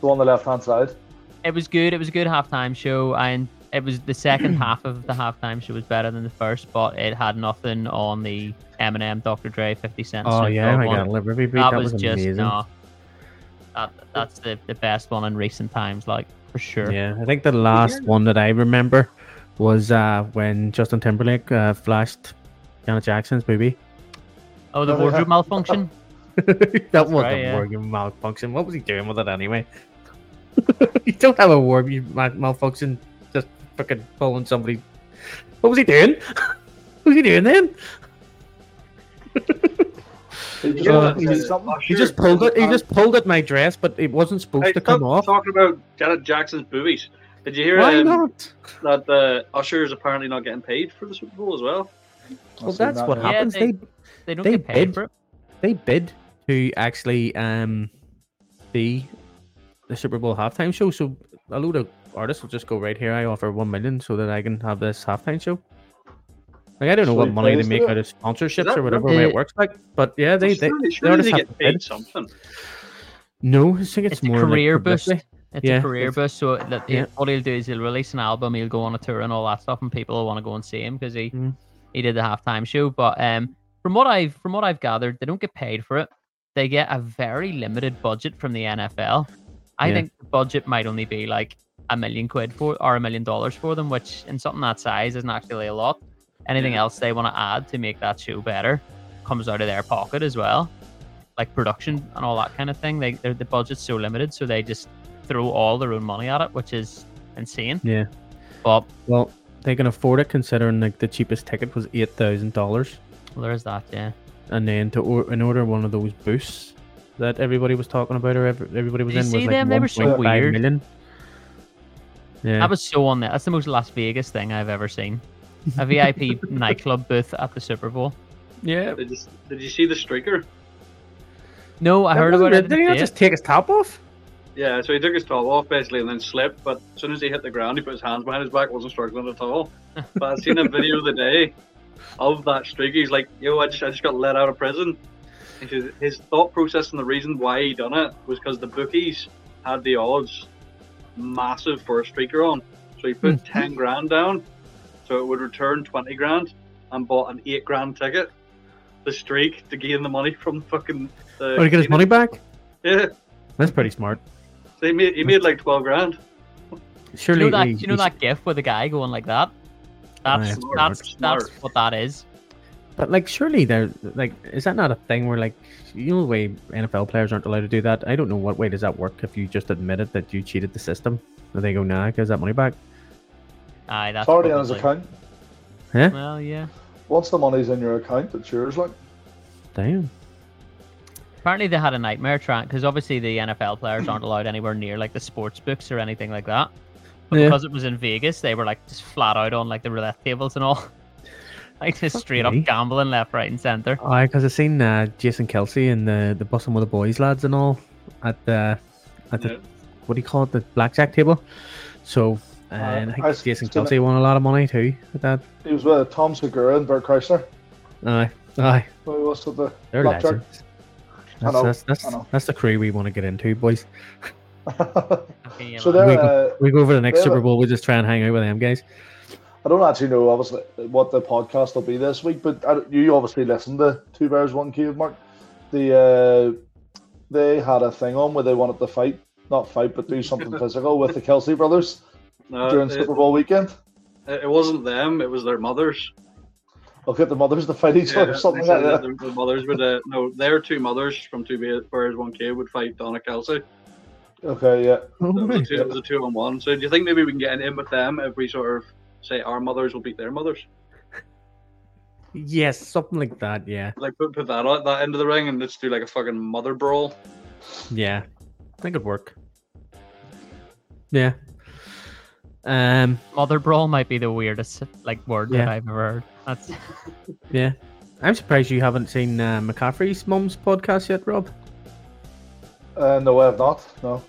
Speaker 1: The one on the left hand side.
Speaker 3: It was good. It was a good halftime show, and it was the second half of the halftime show was better than the first, but it had nothing on the Eminem, Dr. Dre, 50 Cent.
Speaker 2: Oh,
Speaker 3: Snoop
Speaker 2: yeah.
Speaker 3: Dogg
Speaker 2: I
Speaker 3: one.
Speaker 2: got a livery beat.
Speaker 3: That,
Speaker 2: That,
Speaker 3: was,
Speaker 2: was,
Speaker 3: just
Speaker 2: amazing.
Speaker 3: nah. That, that's the, the best one in recent times, like for sure.
Speaker 2: Yeah, I think the last one that I remember was uh, when Justin Timberlake uh, flashed Janet Jackson's booby.
Speaker 3: Oh, the
Speaker 2: uh,
Speaker 1: Oh, yeah.
Speaker 3: wardrobe malfunction.
Speaker 2: that wasn't
Speaker 3: right, yeah.
Speaker 2: working malfunction. What was he doing with it anyway? you don't have a warping ma- malfunction. Just fucking pulling somebody. What was he doing? what was he doing then?
Speaker 1: He just
Speaker 4: Yeah,
Speaker 2: Uh,
Speaker 1: wanted to
Speaker 4: that's
Speaker 1: say
Speaker 4: it. uh,
Speaker 1: something.
Speaker 2: He just pulled it. He
Speaker 3: um,
Speaker 2: just pulled at my dress, but it wasn't supposed
Speaker 4: Hey,
Speaker 2: to
Speaker 4: stop
Speaker 2: come off.
Speaker 4: Talking about Janet Jackson's boobies. Did you hear
Speaker 2: Why
Speaker 4: um,
Speaker 2: not?
Speaker 4: that the Usher is apparently not getting paid for the Super Bowl as well?
Speaker 1: I've
Speaker 2: Well,
Speaker 1: seen
Speaker 2: that's
Speaker 1: that,
Speaker 2: what
Speaker 1: yeah.
Speaker 3: Yeah,
Speaker 2: happens.
Speaker 3: they-
Speaker 2: They
Speaker 3: They don't
Speaker 2: They
Speaker 3: get paid
Speaker 2: did.
Speaker 3: for it.
Speaker 2: they bid to actually um be the Super Bowl halftime show. So a load of artists will just go right here. I offer one million so that I can have this halftime show. Like I don't know
Speaker 1: So
Speaker 2: what
Speaker 1: you
Speaker 2: money
Speaker 1: pay
Speaker 2: they
Speaker 1: us
Speaker 2: make
Speaker 1: for
Speaker 2: out of sponsorships
Speaker 4: that
Speaker 2: or whatever
Speaker 3: right?
Speaker 2: way
Speaker 3: Yeah.
Speaker 2: it works. Like, but yeah, they they,
Speaker 4: surely,
Speaker 2: they
Speaker 4: surely
Speaker 2: artists
Speaker 4: they
Speaker 2: have
Speaker 4: get paid
Speaker 2: bid.
Speaker 4: something.
Speaker 2: No, I think it's,
Speaker 3: It's a
Speaker 2: more like
Speaker 3: career boost.
Speaker 2: publicity.
Speaker 3: It's
Speaker 2: Yeah,
Speaker 3: a career
Speaker 2: it's-
Speaker 3: boost. So that
Speaker 2: yeah.
Speaker 3: what he'll do is he'll release an album, he'll go on a tour and all that stuff, and people will want to go and see him because he
Speaker 2: Mm.
Speaker 3: he did the halftime show. But um, from what I've from what I've gathered, they don't get paid for it. They get a very limited budget from the NFL. I
Speaker 2: Yeah.
Speaker 3: think the budget might only be like a million quid for or a million dollars for them, which in something that size isn't actually a lot. Anything
Speaker 4: Yeah.
Speaker 3: else they want to add to make that show better comes out of their pocket as well like production and all that kind of thing. They their- the budget's so limited, so they just throw all their own money at it, which is insane.
Speaker 2: Yeah.
Speaker 3: But
Speaker 2: Well, they can afford it considering like the cheapest ticket was eight thousand dollars,
Speaker 3: well, there is that, yeah.
Speaker 2: and then to or- in order one of those boosts that everybody was talking about or every- everybody was
Speaker 3: Did you
Speaker 2: in
Speaker 3: see
Speaker 2: was like
Speaker 3: them? They were
Speaker 2: one
Speaker 3: so
Speaker 2: point five
Speaker 3: weird.
Speaker 2: million. Yeah,
Speaker 3: That was so on there. That's the most Las Vegas thing I've ever seen. A VIP nightclub booth at the Super Bowl.
Speaker 2: yeah.
Speaker 4: Did you, did you see the streaker?
Speaker 3: No, I heard about it.
Speaker 2: Did he not just take his top off?
Speaker 4: Yeah, so he took his top off basically and then slipped. But as soon as he hit the ground, he put his hands behind his back, wasn't struggling at all. But I seen a video the day of that streaker. He's like, "Yo, I just I just got let out of prison." He says his thought process and the reason why he done it was because the bookies had the odds massive for a streaker on. So he put
Speaker 2: Hmm.
Speaker 4: ten grand down, so it would return twenty grand, and bought an eight grand ticket. The streak to gain the money from fucking. The
Speaker 2: Or Oh, to get his money back?
Speaker 4: Yeah,
Speaker 2: That's pretty smart.
Speaker 4: so he made he made like twelve grand.
Speaker 3: Do
Speaker 2: Surely
Speaker 3: you know that?
Speaker 2: he-
Speaker 3: do you know
Speaker 2: he's-
Speaker 3: that gif with the guy going like that? That's
Speaker 4: Smart,
Speaker 3: that's
Speaker 4: smart.
Speaker 3: that's what that is.
Speaker 2: But like, surely there, like, is that not a thing where like, you know, the way NFL players aren't allowed to do that? I don't know what way does that work if you just admitted that you cheated the system, and they go, "Nah, gives that money back."
Speaker 3: Aye, that's
Speaker 1: It's already on his
Speaker 3: probably-
Speaker 1: account.
Speaker 3: Well, yeah.
Speaker 1: Once the money's in your account, it's yours. Like,
Speaker 2: Damn.
Speaker 3: Apparently, they had a nightmare trying because obviously the NFL players aren't allowed anywhere near like the sports books or anything like that. But
Speaker 2: Yeah.
Speaker 3: because it was in Vegas, they were like just flat out on like the roulette tables and all, like just
Speaker 2: Fuck
Speaker 3: straight
Speaker 2: me.
Speaker 3: up gambling left, right, and center.
Speaker 2: I because I seen uh, Jason Kelsey and the the busting with the boys lads and all at the at the
Speaker 4: Yeah.
Speaker 2: what do you call it the blackjack table. So and I think
Speaker 1: I
Speaker 2: Jason
Speaker 1: s- seen it.
Speaker 2: Kelsey won a lot of money too with that.
Speaker 1: he was with Tom Segura and Bert Kreisler.
Speaker 2: Aye, aye,
Speaker 1: When we watched the
Speaker 2: they're
Speaker 1: Blackjack.
Speaker 2: legends.
Speaker 1: I
Speaker 2: That's
Speaker 1: know,
Speaker 2: that's that's,
Speaker 1: I know.
Speaker 2: that's the crew we want to get into, boys.
Speaker 3: Okay, yeah,
Speaker 1: so
Speaker 3: man.
Speaker 1: there,
Speaker 2: We-
Speaker 1: uh,
Speaker 2: We go over the next
Speaker 1: Yeah,
Speaker 2: Super
Speaker 1: but-
Speaker 2: Bowl. We just try and hang out with them guys.
Speaker 1: I don't actually know obviously what the podcast will be this week, but I, you obviously listened to Two Bears One Cave, Mark. The uh, they had a thing on where they wanted to fight, not fight, but do something physical with the Kelsey brothers
Speaker 3: Uh,
Speaker 4: No,
Speaker 1: during
Speaker 4: it-
Speaker 1: Super Bowl weekend.
Speaker 4: It it wasn't them; it was their mothers.
Speaker 1: I'll get the mothers to fight each
Speaker 4: Yeah,
Speaker 1: other,
Speaker 4: they
Speaker 1: something like
Speaker 4: said
Speaker 1: that.
Speaker 4: that their- their mothers would. Uh, no, their two mothers from two Be- bears, one kid would fight Donna Kelsey.
Speaker 1: Okay, yeah.
Speaker 2: Oh,
Speaker 4: So it, was a two, it was a two on one. So do you think maybe we can get an in with them if we sort of say our mothers will beat their mothers?
Speaker 2: Yes, something like that. Yeah,
Speaker 4: Like put, put that out that end of the ring and let's do like a fucking mother brawl.
Speaker 2: yeah, I think it'd work. Yeah. Um.
Speaker 3: Mother brawl might be the weirdest like word that
Speaker 2: Yeah.
Speaker 3: I've ever heard. That's
Speaker 2: Yeah. I'm surprised you haven't seen uh, McCaffrey's mum's podcast yet, Rob.
Speaker 1: Uh, no, I have not. No.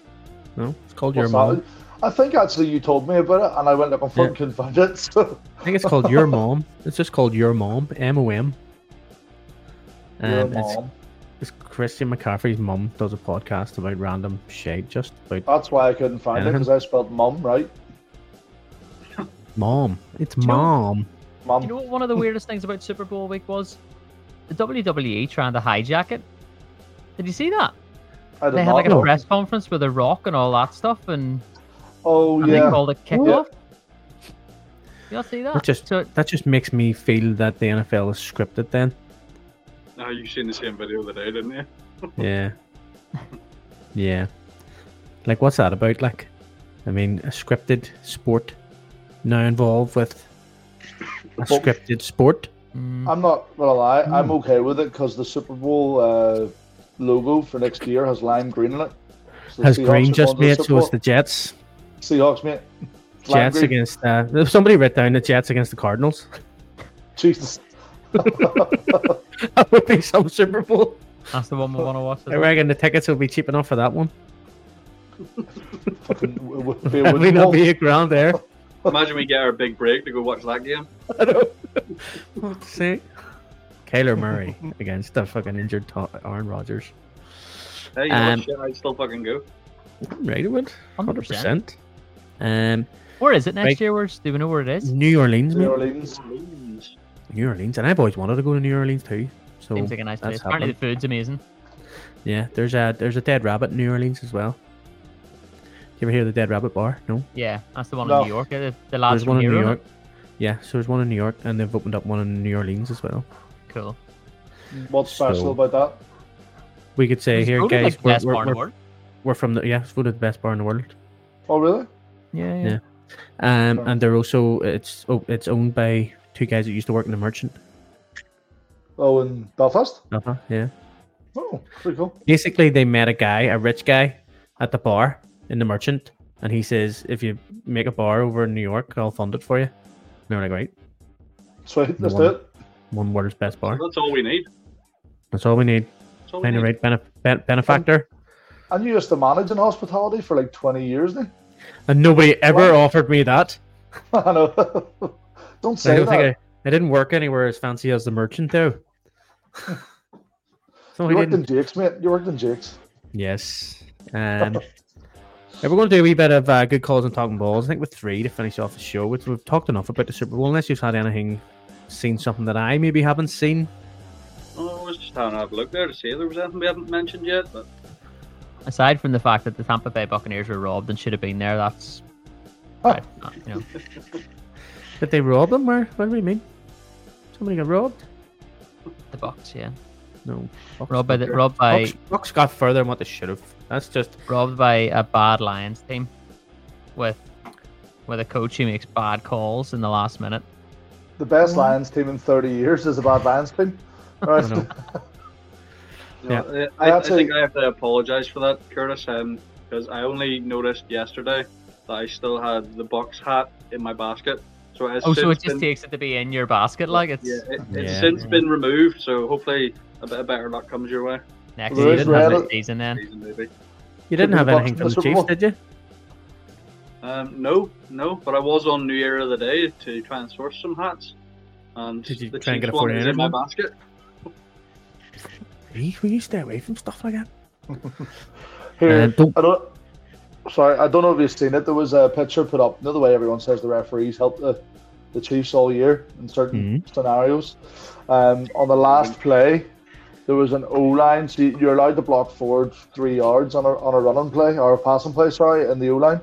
Speaker 2: No, it's called Your
Speaker 1: What's
Speaker 2: Mom.
Speaker 1: that? I think actually you told me about it, and I went looking for
Speaker 2: Yeah. Uh,
Speaker 1: it and couldn't find it. So
Speaker 2: I think it's called Your Mom. It's just called Your Mom, M O M.
Speaker 1: your
Speaker 2: And it's,
Speaker 1: mom.
Speaker 2: it's Christian McCaffrey's mum does a podcast about random shit, just about
Speaker 1: That's why I couldn't find it because I spelled mum right.
Speaker 2: mom. It's
Speaker 3: you know-
Speaker 2: mom.
Speaker 1: Mum.
Speaker 3: you know what one of the weirdest things about Super Bowl week was the WWE trying to hijack it. Did you see that?
Speaker 1: I did
Speaker 3: They had
Speaker 1: not
Speaker 3: like a
Speaker 1: know.
Speaker 3: press conference with The Rock and all that stuff, and,
Speaker 1: Oh
Speaker 3: and they
Speaker 1: yeah.
Speaker 3: called it kickoff. You all see that?
Speaker 2: just-
Speaker 3: so
Speaker 2: That just makes me feel that the NFL is scripted then.
Speaker 4: Now you Oh, seen the same video the day, didn't you?
Speaker 2: Yeah. Yeah. Like, what's that about? Like, I mean, a scripted sport now involved with a
Speaker 1: Well-
Speaker 2: scripted sport.
Speaker 3: mm,
Speaker 1: I'm not gonna lie. I'm
Speaker 2: Hmm.
Speaker 1: okay with it because the Super Bowl uh, logo for next year has lime green in it. So the
Speaker 2: Has
Speaker 1: Seahawks
Speaker 2: Green
Speaker 1: have
Speaker 2: just
Speaker 1: won the
Speaker 2: made so
Speaker 1: Super
Speaker 2: it's the Jets?
Speaker 1: Bowl. Seahawks, mate. It's lime
Speaker 2: Jets
Speaker 1: green.
Speaker 2: against uh, somebody wrote down the Jets against the Cardinals.
Speaker 1: Jesus.
Speaker 2: that would be some Super Bowl.
Speaker 3: that's the one we want to watch.
Speaker 2: I reckon the tickets will be cheap enough for that one.
Speaker 1: Fucking w- w- be a
Speaker 2: Probably
Speaker 1: wooden
Speaker 2: not
Speaker 1: ball.
Speaker 2: be a grand there.
Speaker 4: Imagine we get our big break to go watch that game.
Speaker 2: I know. what to say? Kyler Murray against the fucking injured Ta- Aaron Rodgers.
Speaker 4: Hey, you know what,
Speaker 2: Um,
Speaker 4: shit, I'd still fucking go.
Speaker 2: Right, it would.
Speaker 3: 100%.
Speaker 2: 100%. Um,
Speaker 3: Where is it next
Speaker 2: Right.
Speaker 3: year? Where's, do we know where it is?
Speaker 2: New Orleans,
Speaker 1: New
Speaker 2: mate.
Speaker 1: Orleans.
Speaker 4: Orleans.
Speaker 2: New Orleans. And I've always wanted to go to New Orleans too. So
Speaker 3: Seems like a nice
Speaker 2: that's
Speaker 3: place. Apparently, the food's amazing.
Speaker 2: yeah, there's a there's a dead rabbit in New Orleans as well. You ever hear of the Dead Rabbit Bar? No.
Speaker 3: Yeah, that's the one
Speaker 1: No.
Speaker 3: in New York. eh? The, the lads
Speaker 2: there's
Speaker 3: from
Speaker 2: one in
Speaker 3: here,
Speaker 2: New
Speaker 3: own it.
Speaker 2: York. Yeah, so there's one in New York, and they've opened up one in New Orleans as well.
Speaker 3: Cool.
Speaker 1: What's special
Speaker 2: So-
Speaker 1: about that?
Speaker 2: We could say
Speaker 3: It's
Speaker 2: here,
Speaker 3: voted, like,
Speaker 2: guys,
Speaker 3: the
Speaker 2: we're,
Speaker 3: best
Speaker 2: we're,
Speaker 3: bar in the
Speaker 2: we're,
Speaker 3: world.
Speaker 2: we're from the yeah, it's voted the best bar in the world.
Speaker 1: Oh, really?
Speaker 3: Yeah,
Speaker 2: yeah. Um,
Speaker 1: Sure.
Speaker 2: and they're also it's oh, it's owned by two guys that used to work in the merchant.
Speaker 1: Oh, in Belfast.
Speaker 2: Uh-huh. Yeah.
Speaker 1: Oh, pretty cool.
Speaker 2: Basically, they met a guy, a rich guy, at the bar in the merchant, and he says, "If you make a bar over in New York, I'll fund it for you." And they were like, "Right,
Speaker 1: Sweet. Let's
Speaker 2: One.
Speaker 1: do it.
Speaker 2: one world's best bar.
Speaker 4: That's all we need.
Speaker 2: That's all we need.
Speaker 4: That's all we
Speaker 2: Find the
Speaker 4: need.
Speaker 2: right benef- ben- benefactor."
Speaker 1: And you used to manage in hospitality for like twenty years, now.
Speaker 2: And nobody ever
Speaker 1: Wow.
Speaker 2: offered me that.
Speaker 1: I know. don't
Speaker 2: I
Speaker 1: say
Speaker 2: don't
Speaker 1: that.
Speaker 2: think I, I didn't work anywhere as fancy as the merchant though. so I
Speaker 1: you worked
Speaker 2: didn't.
Speaker 1: in Jake's, mate. You worked in Jake's.
Speaker 2: Yes. Um, yeah, we're going to do a wee bit of uh, good calls and talking balls. I think with three to finish off the show, which we've talked enough about the Super Bowl. Unless you've had anything, seen something that I maybe haven't seen.
Speaker 4: Oh, I was just having a look there to see if there was anything we haven't mentioned yet, but
Speaker 3: Aside from the fact that the Tampa Bay Buccaneers were robbed and should have been there, that's.
Speaker 1: Oh.
Speaker 3: Right, uh, you know.
Speaker 2: Did they rob them? Where? What do you mean? Somebody got robbed?
Speaker 3: The Bucks, yeah.
Speaker 2: No. Bucks
Speaker 3: Robbed by
Speaker 2: got-
Speaker 3: the robbed by
Speaker 2: Bucks, Bucks got further than what they should have. That's just
Speaker 3: robbed by a bad Lions team, with with a coach who makes bad calls in the last minute.
Speaker 1: The best Lions team in thirty years is a bad Lions team.
Speaker 2: Mm-hmm. I
Speaker 1: Right.
Speaker 2: don't know.
Speaker 4: you know, uh, I, I, I
Speaker 1: That's
Speaker 4: think
Speaker 1: a-
Speaker 4: I have to apologise for that, Curtis, because I only noticed yesterday that I still had the box hat in my basket. So it's
Speaker 3: Oh, so
Speaker 4: since
Speaker 3: it just
Speaker 4: been,
Speaker 3: takes it to be in your basket, like it's
Speaker 4: yeah, it, it's
Speaker 2: Yeah.
Speaker 4: since been removed. So hopefully a bit of better luck comes your way.
Speaker 3: next
Speaker 1: Well,
Speaker 2: there's
Speaker 3: season. Have
Speaker 1: red-
Speaker 3: this season then.
Speaker 4: Season maybe.
Speaker 2: you didn't
Speaker 1: the
Speaker 2: have
Speaker 1: Bucks in
Speaker 2: anything
Speaker 1: the
Speaker 2: from the
Speaker 1: Super
Speaker 2: Chiefs,
Speaker 1: Bowl?
Speaker 2: did you?
Speaker 4: Um, no, no, but I was on New Year of the Day to try and source some hats. And
Speaker 2: Did you
Speaker 4: the
Speaker 2: try and get
Speaker 4: Chiefs
Speaker 2: a
Speaker 4: one was
Speaker 2: 49er
Speaker 4: in my
Speaker 2: one?
Speaker 4: basket.
Speaker 2: Hey, Will you stay away from stuff like that?
Speaker 1: Here,
Speaker 2: Uh, don't-
Speaker 1: I don't. Sorry, I don't know if you've seen it. There was a picture put up. Another way everyone says the referees help the, the Chiefs all year in certain scenarios. Um, on the last play, there was an O line. So you- you're allowed to block forward three yards on a on a running play or a passing play. Sorry, in the O line,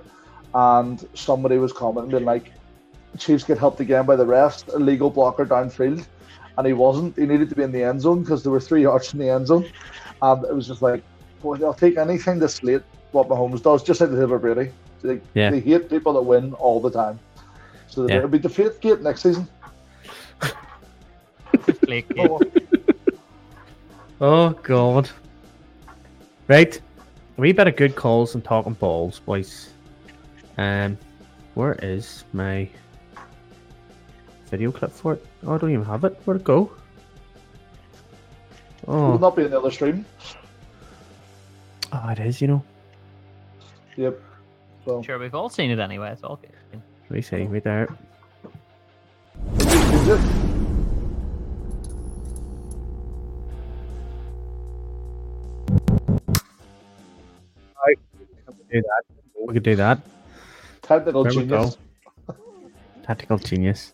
Speaker 1: and somebody was commenting being like, "Chiefs get helped again by the refs. Illegal blocker downfield." And he wasn't. He needed to be in the end zone because there were three yards in the end zone, and it was just like, boy, they'll take anything to slate what Mahomes does, just like they did with Brady. They,
Speaker 2: Yeah.
Speaker 1: they hate people that win all the time. So
Speaker 2: Yeah.
Speaker 1: it'll be defeat gate next season.
Speaker 3: Blake, yeah.
Speaker 1: Oh,
Speaker 2: Oh god. Right. We better good calls and talking balls, boys. Um where is my video clip for it? Oh I don't even have it. Where'd it go?
Speaker 1: Will
Speaker 2: Oh,
Speaker 1: not be in the other stream.
Speaker 2: oh it is, you know.
Speaker 1: Yep. So
Speaker 3: Sure, we've all seen it anyway. It's all good.
Speaker 2: Let me see, right there.
Speaker 1: is it?
Speaker 2: We could do that. We could do that.
Speaker 1: technical
Speaker 2: There we
Speaker 1: genius.
Speaker 2: Tactical genius.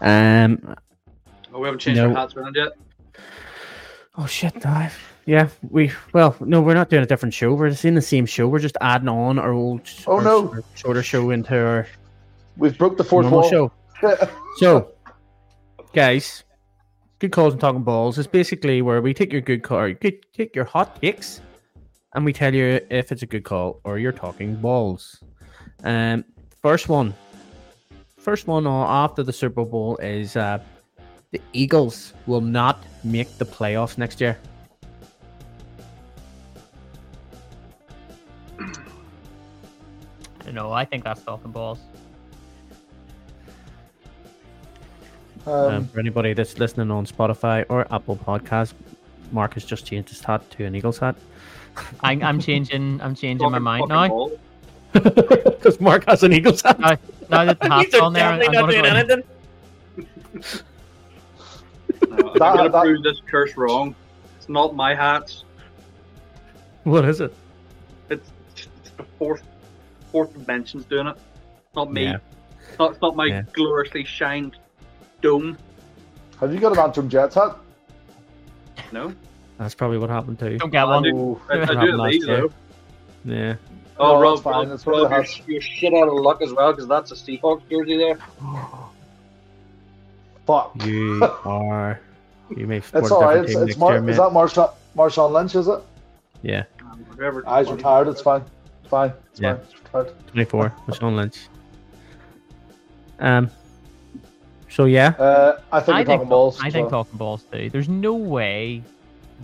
Speaker 2: Um
Speaker 4: Oh, we haven't changed
Speaker 2: No.
Speaker 4: our hats around yet.
Speaker 2: Oh shit, dive. Yeah, we well, no, we're not doing a different show. We're just in the same show. We're just adding on our old
Speaker 1: Oh,
Speaker 2: our
Speaker 1: no.
Speaker 2: short- shorter show into our
Speaker 1: We've broke the fourth
Speaker 2: normal
Speaker 1: wall.
Speaker 2: show. So, guys, good calls and talking balls is basically where we take your good call, or good, take your hot takes, and we tell you if it's a good call or you're talking balls. Um, first one, first one uh, after the Super Bowl is uh, the Eagles will not make the playoffs next year.
Speaker 3: No, I think that's talking balls.
Speaker 1: Um,
Speaker 2: Um, for anybody that's listening on Spotify or Apple Podcast, Mark has just changed his hat to an Eagles hat
Speaker 3: I, I'm changing. I'm changing my mind
Speaker 4: Fucking- fucking
Speaker 3: now.
Speaker 4: ball.
Speaker 2: because Mark has an Eagles hat.
Speaker 3: Now that the hat's on there, I'm gonna go in.
Speaker 4: No, I'm
Speaker 1: That-
Speaker 4: going to
Speaker 1: that-
Speaker 4: prove this curse wrong. It's not my hats.
Speaker 2: What is it?
Speaker 4: It's, it's the fourth fourth dimension's doing it. Not me.
Speaker 2: Yeah.
Speaker 4: It's not, it's not my
Speaker 2: Yeah.
Speaker 4: gloriously shined dome.
Speaker 1: Have you got an Antrim Jets hat?
Speaker 4: No.
Speaker 2: That's probably what happened to you.
Speaker 3: Don't get
Speaker 4: I
Speaker 3: one.
Speaker 1: Ooh,
Speaker 4: I, I
Speaker 3: That
Speaker 4: do
Speaker 2: happened
Speaker 4: at
Speaker 2: last
Speaker 4: least,
Speaker 2: year.
Speaker 4: though.
Speaker 2: Yeah.
Speaker 4: Oh,
Speaker 1: No,
Speaker 4: Rob,
Speaker 1: that's fine,
Speaker 4: Rob,
Speaker 1: that's what it
Speaker 4: Rob, you're,
Speaker 1: has.
Speaker 4: you're shit out of luck as well because that's a Seahawks jersey there.
Speaker 1: fuck.
Speaker 2: You are. You may support
Speaker 1: It's
Speaker 2: a
Speaker 1: all right.
Speaker 2: different
Speaker 1: It's,
Speaker 2: team
Speaker 1: it's
Speaker 2: next
Speaker 1: Mar-
Speaker 2: year,
Speaker 1: is
Speaker 2: mate.
Speaker 1: that Marshawn, Marshawn Lynch? Is it?
Speaker 2: Yeah,
Speaker 4: Um, whoever-
Speaker 1: Ah, he's retired. It's fine. It's fine. It's
Speaker 2: Yeah.
Speaker 1: fine. It's retired.
Speaker 2: 24. Marshawn Lynch. Um. So yeah,
Speaker 1: Uh, I think
Speaker 3: I
Speaker 1: we're talking
Speaker 3: think,
Speaker 1: balls.
Speaker 3: I think
Speaker 1: so.
Speaker 3: talking balls too. There's no way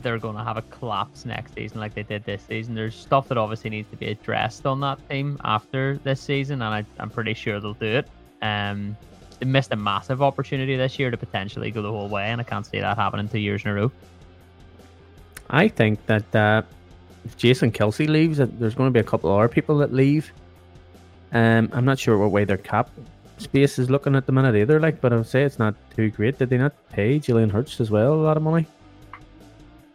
Speaker 3: they're going to have a collapse next season like they did this season. There's stuff that obviously needs to be addressed on that team after this season, and I, I'm pretty sure they'll do it. Um, they missed a massive opportunity this year to potentially go the whole way, and I can't see that happening two years in a row.
Speaker 2: I think that uh, if Jason Kelsey leaves, that there's going to be a couple other people that leave. Um, I'm not sure what way their cap space is looking at the minute either. Like, but I would say it's not too great. Did they not pay Jillian Hurts as well a lot of money?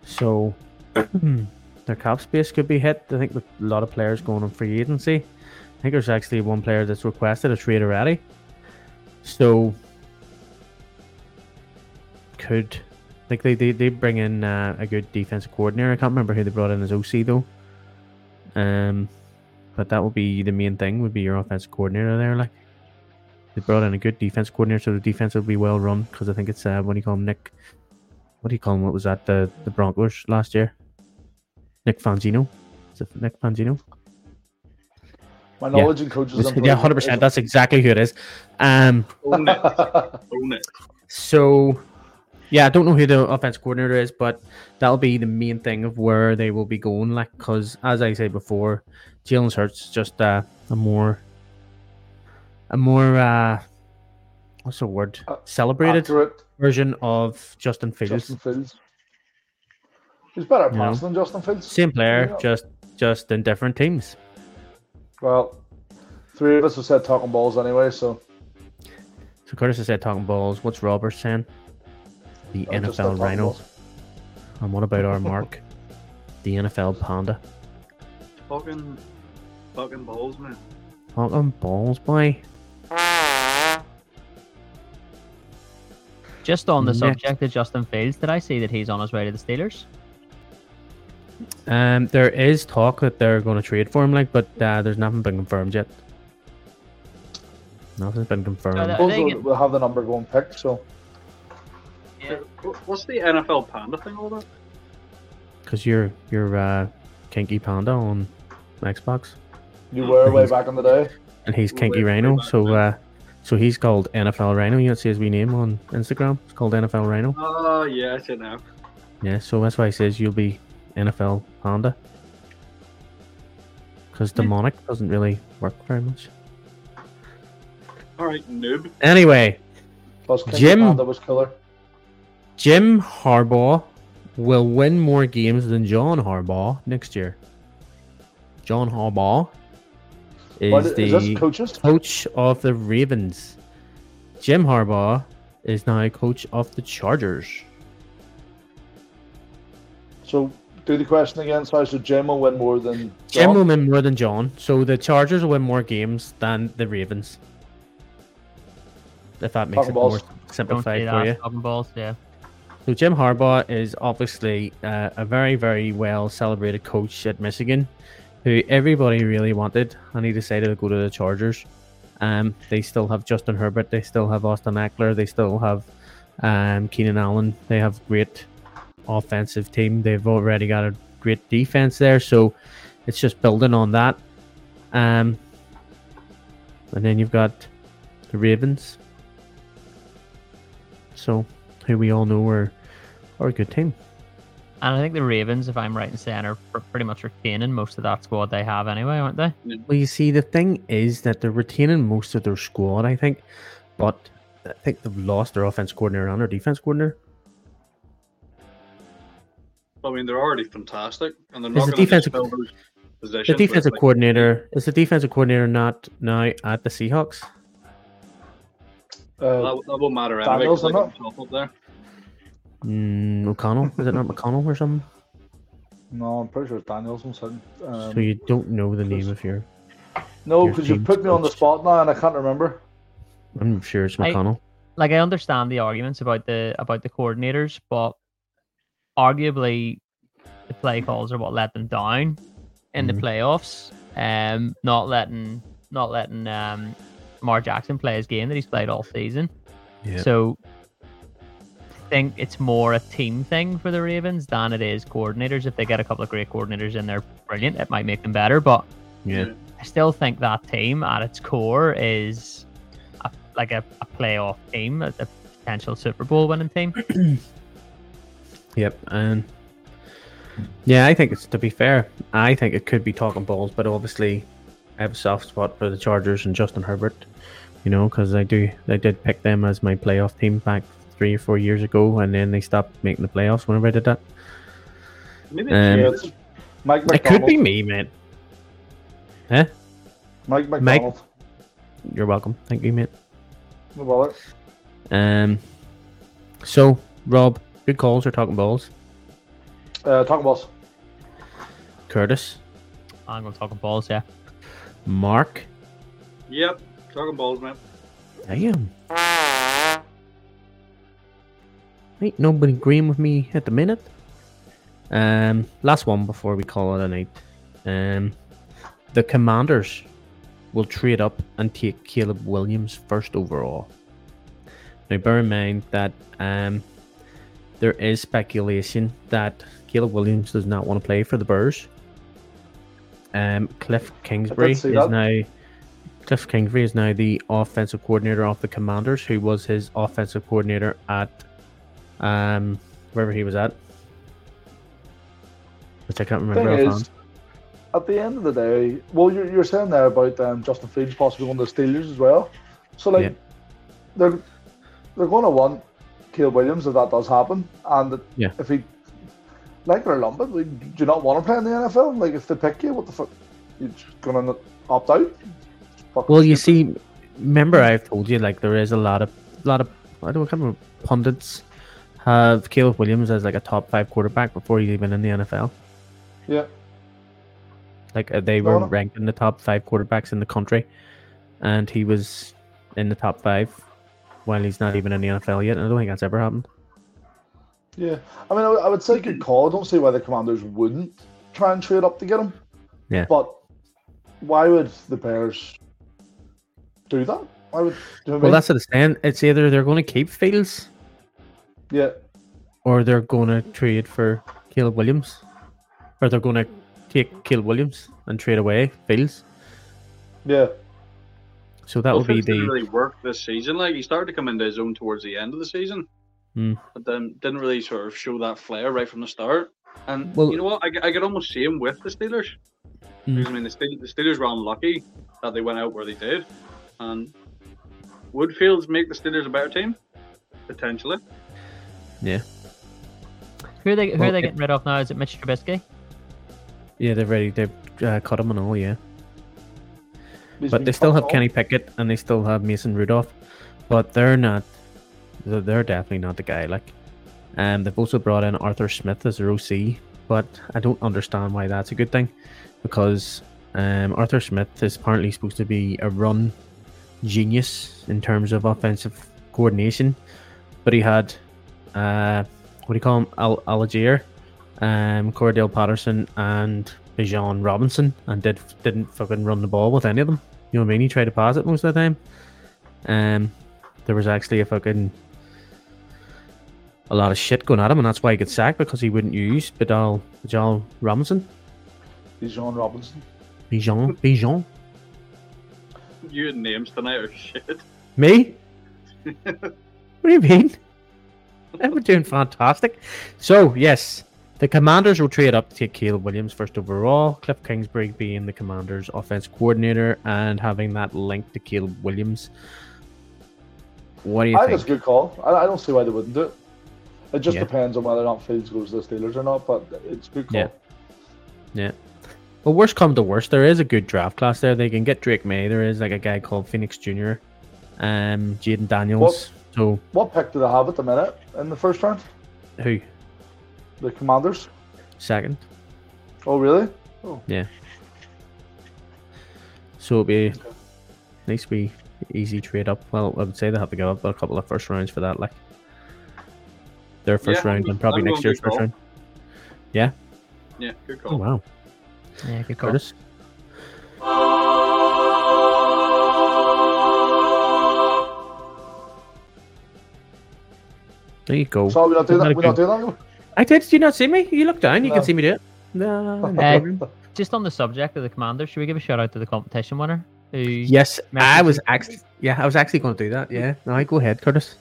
Speaker 2: So hmm, their cap space could be hit. I think with a lot of players going on free agency. I think there's actually one player that's requested a trade already. So could like they they, they bring in uh, a good defensive coordinator. I can't remember who they brought in as OC though. Um, but that would be the main thing. Would be your offensive coordinator there. Like they brought in a good defense coordinator, so the defense will be well run. Because I think it's uh, what do you call him, Nick? What do you call him? What was that? The the Broncos last year. Nick Fangino. Is it Nick Fangino?
Speaker 1: My knowledge in coaches. and
Speaker 2: Yeah,
Speaker 1: players
Speaker 2: hundred percent. That's exactly who it is. Um,
Speaker 4: Own it. Own it.
Speaker 2: So, yeah, I don't know who the offense coordinator is, but that'll be the main thing of where they will be going. Like, because as I said before, Jalen Hurts is just uh, a more, a more, uh, what's the word?
Speaker 1: Uh,
Speaker 2: Celebrated
Speaker 1: accurate
Speaker 2: version of Justin Fields.
Speaker 1: Justin Fields. He's better at
Speaker 2: You know.
Speaker 1: pass than Justin Fields.
Speaker 2: Same player,
Speaker 1: Yeah.
Speaker 2: just just in different teams.
Speaker 1: Well, three of us have said talking balls anyway, so
Speaker 2: So Curtis has said talking balls. What's Robert saying? The
Speaker 1: I'll Oh, just start
Speaker 2: NFL
Speaker 1: talking
Speaker 2: Rhino.
Speaker 1: balls.
Speaker 2: And what about our Mark? The NFL Panda.
Speaker 4: Fucking, fucking balls, man.
Speaker 2: Talking balls, boy.
Speaker 3: Just on the
Speaker 2: Next.
Speaker 3: subject of Justin Fields, did I see that he's on his way to the Steelers?
Speaker 2: Um, there is talk that they're going to trade for him, like, but uh, there's nothing been confirmed yet. Nothing's been confirmed.
Speaker 3: that- I
Speaker 1: Bulls
Speaker 3: think
Speaker 1: will, will have the number one pick. So
Speaker 4: Wh- What's the NFL panda thing all about?
Speaker 2: Cause you're you're uh, Kinky Panda on Xbox,
Speaker 1: you
Speaker 2: Mm.
Speaker 1: were way back in the day.
Speaker 2: and he's
Speaker 4: Way-
Speaker 2: Kinky
Speaker 4: way
Speaker 2: Rhino,
Speaker 4: back
Speaker 2: so
Speaker 4: then.
Speaker 2: uh, so he's called NFL Rhino. You don't see his wee name on Instagram. It's called NFL Rhino.
Speaker 4: Oh, yeah, I should know.
Speaker 2: Yeah, so that's why he says you'll be NFL Panda. Because demonic doesn't really work very much.
Speaker 4: All right, noob.
Speaker 2: Anyway,
Speaker 1: Plus, King
Speaker 2: Jim.
Speaker 1: Panda was killer.
Speaker 2: Jim Harbaugh will win more games than John Harbaugh next year. John Harbaugh is
Speaker 1: What,
Speaker 2: the
Speaker 1: is this coaches?
Speaker 2: coach of the Ravens. Jim Harbaugh is now coach of the Chargers.
Speaker 1: So do the question again. Sorry, so Jim will win more than
Speaker 2: Jim
Speaker 1: John?
Speaker 2: will win more than John, so the Chargers will win more games than the Ravens. If that makes
Speaker 1: Talking
Speaker 2: it
Speaker 1: balls.
Speaker 2: more
Speaker 3: Don't see
Speaker 2: simplified for you.
Speaker 3: that. Talking balls, yeah.
Speaker 2: So Jim Harbaugh is obviously uh, a very, very well celebrated coach at Michigan, who everybody really wanted, and he decided to go to the Chargers. Um, they still have Justin Herbert, they still have Austin Eckler, they still have um, Keenan Allen. They have great offensive team. They've already got a great defense there, so it's just building on that. Um, and then you've got the Ravens. So who we all know are, are a good team.
Speaker 3: And I think the Ravens, if I'm right in saying, are pr- pretty much retaining most of that squad they have anyway, aren't they?
Speaker 2: Well, you see, the thing is that they're retaining most of their squad, I think, but I think they've lost their offense coordinator and their defense coordinator.
Speaker 4: I mean, they're already fantastic, and they're
Speaker 2: There's
Speaker 4: not
Speaker 2: a
Speaker 4: going to
Speaker 2: defensive-
Speaker 4: fill those
Speaker 2: The
Speaker 4: positions. with,
Speaker 2: defensive
Speaker 4: like,
Speaker 2: coordinator is the defensive coordinator not now at the Seahawks?
Speaker 1: Uh,
Speaker 4: That, that won't matter anyway.
Speaker 1: Daniels,
Speaker 4: 'cause I
Speaker 1: isn't
Speaker 4: got myself up there.
Speaker 2: Mm, McConnell? Is it not McConnell or something?
Speaker 1: no, I'm pretty sure it's Danielson. Sitting. Um,
Speaker 2: so you don't know the
Speaker 1: Chris-
Speaker 2: name of your.
Speaker 1: no,
Speaker 2: your
Speaker 1: because you
Speaker 2: team's
Speaker 1: put me on the
Speaker 2: coach.
Speaker 1: spot now, and I can't remember.
Speaker 2: I'm sure it's
Speaker 3: I-
Speaker 2: McConnell.
Speaker 3: like I understand the arguments about the about the coordinators, but arguably the play calls are what let them down
Speaker 2: Mhm.
Speaker 3: in the playoffs. Um, not letting not letting um Mar Jackson play his game that he's played all season.
Speaker 2: Yeah.
Speaker 3: So I think it's more a team thing for the Ravens than it is coordinators. If they get a couple of great coordinators in there, brilliant. It might make them better, but
Speaker 2: yeah.
Speaker 3: I still think that team at its core is a, like a, a playoff team, a, a potential Super Bowl winning team.
Speaker 2: Yep. And yeah, I think it's to be fair, I think it could be talking balls, but obviously I have a soft spot for the Chargers and Justin Herbert. You know, because I do, I did pick them as my playoff team back three or four years ago, and then they stopped making the playoffs whenever I did that.
Speaker 4: Maybe
Speaker 2: Um,
Speaker 1: yeah, it's Mike
Speaker 2: It could
Speaker 1: McDonald.
Speaker 2: be me, man.
Speaker 1: Mike
Speaker 2: Mike-
Speaker 1: McDonald.
Speaker 2: You're welcome. Thank you, mate.
Speaker 1: No bother.
Speaker 2: Um. So, Rob, good calls or talking balls?
Speaker 1: Uh, talking about
Speaker 2: Curtis,
Speaker 3: I'm going to talk balls, yeah.
Speaker 2: Mark,
Speaker 4: Yep. Talking balls, man.
Speaker 2: Damn. Ain't nobody agreeing with me at the minute. Um, last one before we call it a night. Um, the Commanders will trade up and take Caleb Williams first overall. Now, bear in mind that um, there is speculation that Caleb Williams does not want to play for the Bears. Um, Cliff Kingsbury is
Speaker 1: see that.
Speaker 2: now Cliff Kingsbury is now the offensive coordinator of the Commanders, who was his offensive coordinator at um wherever he was at, which I can't remember.
Speaker 1: Thing
Speaker 2: offhand.
Speaker 1: is, at the end of the day, well, you're, you're saying there about um, Justin Fields possibly going to the Steelers as well. So like,
Speaker 2: Yeah.
Speaker 1: they're they're going to want Caleb Williams if that does happen, and that
Speaker 2: Yeah.
Speaker 1: if he like it or lump it, like, do you not want to play in the NFL? Like, if they pick you, what the fuck? You're just going to opt out? Fucking
Speaker 2: Well, you
Speaker 1: stupid.
Speaker 2: see, remember I've told you like there is a lot of lot of I don't remember pundits have Caleb Williams as like a top five quarterback before he's even in the NFL.
Speaker 1: yeah,
Speaker 2: Like uh, they
Speaker 1: No,
Speaker 2: were
Speaker 1: no.
Speaker 2: ranked in the top five quarterbacks in the country, and he was in the top five while he's not even in the NFL yet. And I don't think that's ever happened.
Speaker 1: yeah. I mean, I, would- I would say good call. I don't see why the Commanders wouldn't try and trade up to get him.
Speaker 2: Yeah.
Speaker 1: But why would the Bears do that? Why would? Do you know what I
Speaker 2: Well,
Speaker 1: mean?
Speaker 2: that's what it's saying. It's either they're going to keep Fields
Speaker 1: yeah.
Speaker 2: or they're going to trade for Caleb Williams, or they're going to take Caleb Williams and trade away Fields.
Speaker 1: Yeah,
Speaker 2: So that
Speaker 4: Well,
Speaker 2: would be
Speaker 4: Fields
Speaker 2: the
Speaker 4: didn't really work this season. Like he started to come into his own towards the end of the season,
Speaker 2: Hmm.
Speaker 4: but then didn't really sort of show that flair right from the start. And
Speaker 2: Well-
Speaker 4: you know what? I, c- I could almost see him with the Steelers.
Speaker 2: Hmm.
Speaker 4: Because, I mean, the, Steel- the Steelers were unlucky that they went out where they did. And would Fields make the Steelers a better team? Potentially.
Speaker 3: Who are they, who
Speaker 2: Well,
Speaker 3: are they
Speaker 2: it-
Speaker 3: getting rid of now? Is it Mitch Trubisky?
Speaker 2: Yeah, they've already they've uh, cut him and all, yeah.
Speaker 1: He's
Speaker 2: But
Speaker 1: been
Speaker 2: they still
Speaker 1: fucked
Speaker 2: have
Speaker 1: off.
Speaker 2: Kenny Pickett and they still have Mason Rudolph, but they're not. They're they're definitely not the guy. Like, um, they've also brought in Arthur Smith as their OC, but I don't understand why that's a good thing, because um, Arthur Smith is apparently supposed to be a run genius in terms of offensive coordination, but he had, uh, what do you call him, Al- Algier, um, Cordell Patterson, and Bijan Robinson, and did didn't fucking run the ball with any of them. You know what I mean? He tried to pass it most of the time. Um, there was actually a fucking a lot of shit going at him, and that's why he got sacked because he wouldn't use Bidal Bidal Robinson,
Speaker 1: Bijan Robinson.
Speaker 2: Bijan Bijan.
Speaker 4: You and names tonight are shit.
Speaker 2: Me? what do you mean? I'm doing fantastic. So, yes, the Commanders will trade up to take Caleb Williams first overall. Cliff Kingsbury being the Commanders' offense coordinator and having that link to Caleb Williams. What do you
Speaker 1: I think
Speaker 2: think?
Speaker 1: it's a good call. I, I don't see why they wouldn't do it. It just
Speaker 2: Yeah.
Speaker 1: depends on whether or not Fields goes to the Steelers or not, but it's a good call.
Speaker 2: Yeah. Well, worst come to worst, there is a good draft class there. They can get Drake May. There is like a guy called Phoenix Jr. um, Jaden Daniels. So
Speaker 1: What pick do they have at the minute in the first round?
Speaker 2: who
Speaker 1: The Commanders.
Speaker 2: second?
Speaker 1: Oh, really?
Speaker 2: So it'll be nice, wee easy trade up. Well, I would say they have to give up a couple of first rounds for that, like their first
Speaker 4: Yeah,
Speaker 2: round and probably
Speaker 4: I'm
Speaker 2: next
Speaker 4: going
Speaker 2: year's
Speaker 4: Big
Speaker 2: first
Speaker 4: Dog.
Speaker 2: round. Yeah.
Speaker 4: Yeah, good
Speaker 2: Oh
Speaker 4: call.
Speaker 2: wow,
Speaker 3: Yeah, good call.
Speaker 2: Curtis. There you go.
Speaker 1: So we're not doing that. We're not doing that.
Speaker 2: I did. Did you not see me? You look down. You
Speaker 1: No.
Speaker 2: can see me do it. No. no
Speaker 3: Uh,
Speaker 2: problem.
Speaker 3: Just on the subject of the commander, should we give a shout out to the competition winner? Who
Speaker 2: yes, I
Speaker 3: message
Speaker 2: was
Speaker 3: you?
Speaker 2: actually. Yeah, I was actually going to do that. Yeah. No, I go ahead, Curtis.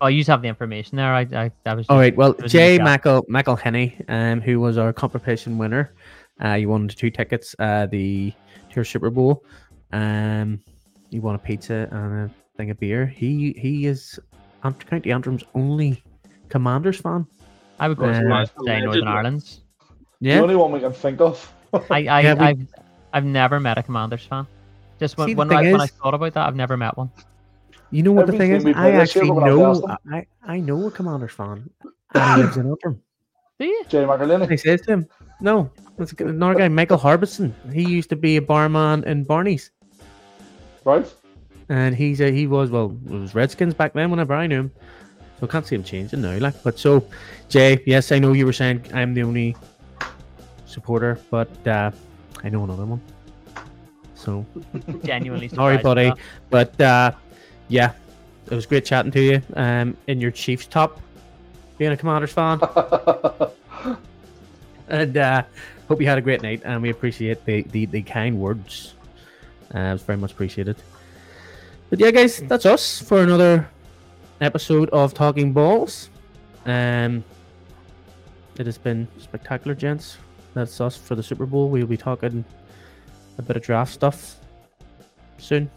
Speaker 3: Oh, you have the information there. I, I, I was.
Speaker 2: All right. Well,
Speaker 3: It was in the
Speaker 2: Jay
Speaker 3: chat.
Speaker 2: Michael McElhenney, um, who was our competition winner, uh, he won two tickets, uh, the to your Super Bowl. Um, he won a pizza and a thing of beer. He he is Ant- County Antrim's only Commanders fan.
Speaker 3: I would go as
Speaker 2: Uh,
Speaker 3: far as to say
Speaker 4: allegedly.
Speaker 3: Northern Ireland's.
Speaker 1: The
Speaker 2: Yeah.
Speaker 1: only one we can think of.
Speaker 3: I, I,
Speaker 2: Yeah, we-
Speaker 3: I've, I've never met a Commanders fan. Just when,
Speaker 2: See, the
Speaker 3: when, I,
Speaker 2: thing
Speaker 3: when I
Speaker 2: is-
Speaker 3: thought about that, I've never met one.
Speaker 2: You know what the
Speaker 1: Every team
Speaker 2: thing is?
Speaker 1: we
Speaker 2: I
Speaker 1: play this year,
Speaker 2: actually
Speaker 1: we're gonna have to
Speaker 2: know I, I know a Commanders fan. And he lives in Antrim.
Speaker 3: Do you?
Speaker 1: Jay McElhinney.
Speaker 2: I says to him, "No, that's a good- another guy, Michael Harbison. He used to be a barman in Barney's."
Speaker 1: Right?
Speaker 2: and he's a, he was well it was Redskins back then whenever I knew him. So I can't see him changing now. Like, but so Jay, yes, I know you were saying I'm the only supporter, but uh, I know another one. So
Speaker 3: Genuinely.
Speaker 2: sorry,
Speaker 3: surprised at
Speaker 2: buddy,
Speaker 3: that.
Speaker 2: but uh, yeah, it was great chatting to you. Um, in your Chiefs top, being a Commanders fan, and uh, hope you had a great night. And we appreciate the the, the kind words. Uh, it was very much appreciated. But yeah, guys,
Speaker 4: Mm.
Speaker 2: that's us for another episode of Talking Balls. Um, it has been spectacular, gents. That's us for the Super Bowl. We'll be talking a bit of draft stuff soon.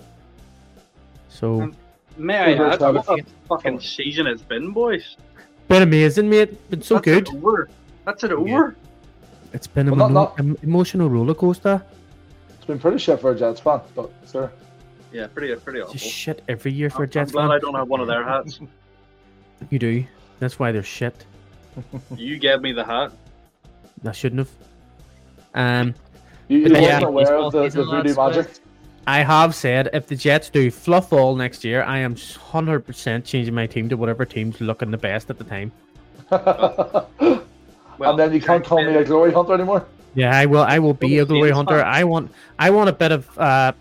Speaker 2: So.
Speaker 4: Um, May I
Speaker 1: Over
Speaker 4: add
Speaker 1: to
Speaker 4: what a fucking season it's been, boys?
Speaker 2: Been amazing, mate. Been so
Speaker 4: That's
Speaker 2: good.
Speaker 4: It over. That's it over.
Speaker 2: It's been an
Speaker 1: Well, not- not-
Speaker 2: emotional roller coaster.
Speaker 1: It's been pretty shit for a Jets fan, but sir.
Speaker 4: Yeah, pretty pretty awful.
Speaker 2: Just shit every year for
Speaker 4: Oh. I'm-
Speaker 2: a Jets
Speaker 4: I'm glad
Speaker 2: fan.
Speaker 4: I don't have one of their hats.
Speaker 2: You do. That's why they're shit.
Speaker 4: you gave me the hat.
Speaker 2: I shouldn't have. Um,
Speaker 1: You, you
Speaker 2: But
Speaker 1: weren't
Speaker 2: yeah.
Speaker 1: aware of the, the
Speaker 3: Isn't that
Speaker 1: voodoo magic.
Speaker 3: sweet?
Speaker 2: I have said if the Jets do fluff all next year, I am hundred percent changing my team to whatever team's looking the best at the time.
Speaker 4: Well,
Speaker 1: and then you can't call me a glory hunter anymore.
Speaker 2: Yeah, I will. I will be a glory hunter. I want. I want a bit of uh,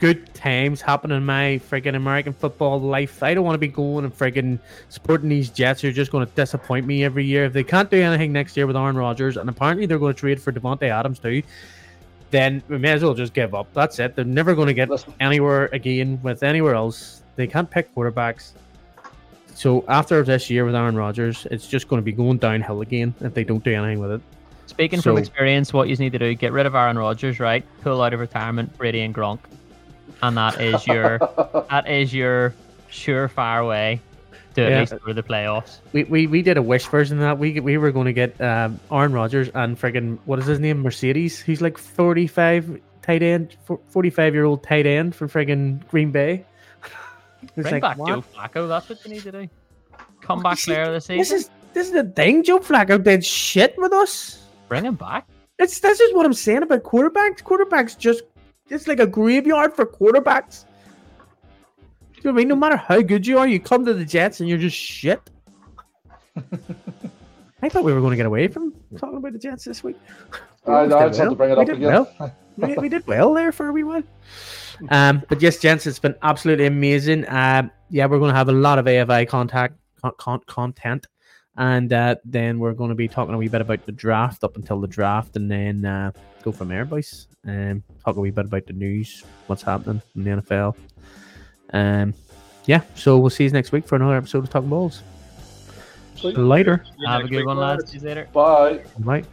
Speaker 2: good times happening in my friggin' American football life. I don't want to be going and friggin' supporting these Jets who are just going to disappoint me every year. If they can't do anything next year with Aaron Rodgers, and apparently they're going to trade for Devontae Adams too, then we may as well just give up. That's it. They're never going to get
Speaker 1: Listen,
Speaker 2: anywhere again with anywhere else. They can't pick quarterbacks. So after this year with Aaron Rodgers, it's just going to be going downhill again if they don't do anything with it.
Speaker 3: Speaking
Speaker 2: So-
Speaker 3: from experience, what you need to do get rid of Aaron Rodgers, right? Pull out of retirement, Brady and Gronk, and that is your that is your surefire way to
Speaker 2: Yeah.
Speaker 3: at least go to the playoffs.
Speaker 2: We, we, we did a wish version of that. We we were going to get um, Aaron Rodgers and friggin' what is his name Mercedes. He's like forty five tight end, forty five year old tight end from friggin' Green Bay. It's
Speaker 3: Bring
Speaker 2: like,
Speaker 3: back
Speaker 2: what?
Speaker 3: Joe Flacco. That's what you need to do. Comeback
Speaker 2: see,
Speaker 3: player of the season.
Speaker 2: This is this is the thing. Joe Flacco did shit with us.
Speaker 3: Bring him back.
Speaker 2: That's that's just what I'm saying about quarterbacks. Quarterbacks just it's like a graveyard for quarterbacks. Do you know what I mean? No matter how good you are, you come to the Jets and you're just shit. I thought we were going to get away from talking about the Jets this week. We
Speaker 1: I, I
Speaker 2: almost did
Speaker 1: just had to
Speaker 2: well.
Speaker 1: bring it
Speaker 2: We
Speaker 1: up
Speaker 2: did
Speaker 1: again.
Speaker 2: well we, we did well there for a wee while. Um, but yes, gents, it's been absolutely amazing. Um, yeah, we're going to have a lot of AFI contact con- con- content, and uh, then we're going to be talking a wee bit about the draft up until the draft, and then uh, go from there, boys. Um, talk a wee bit about the news, what's happening in the NFL. Um, yeah, so we'll see you next week for another episode of Talking Balls.
Speaker 1: Sweet.
Speaker 2: Later,
Speaker 4: You
Speaker 3: Have a
Speaker 4: next
Speaker 3: good
Speaker 4: week,
Speaker 3: one,
Speaker 4: lads.
Speaker 3: lads. See you later.
Speaker 1: Bye.
Speaker 2: bye.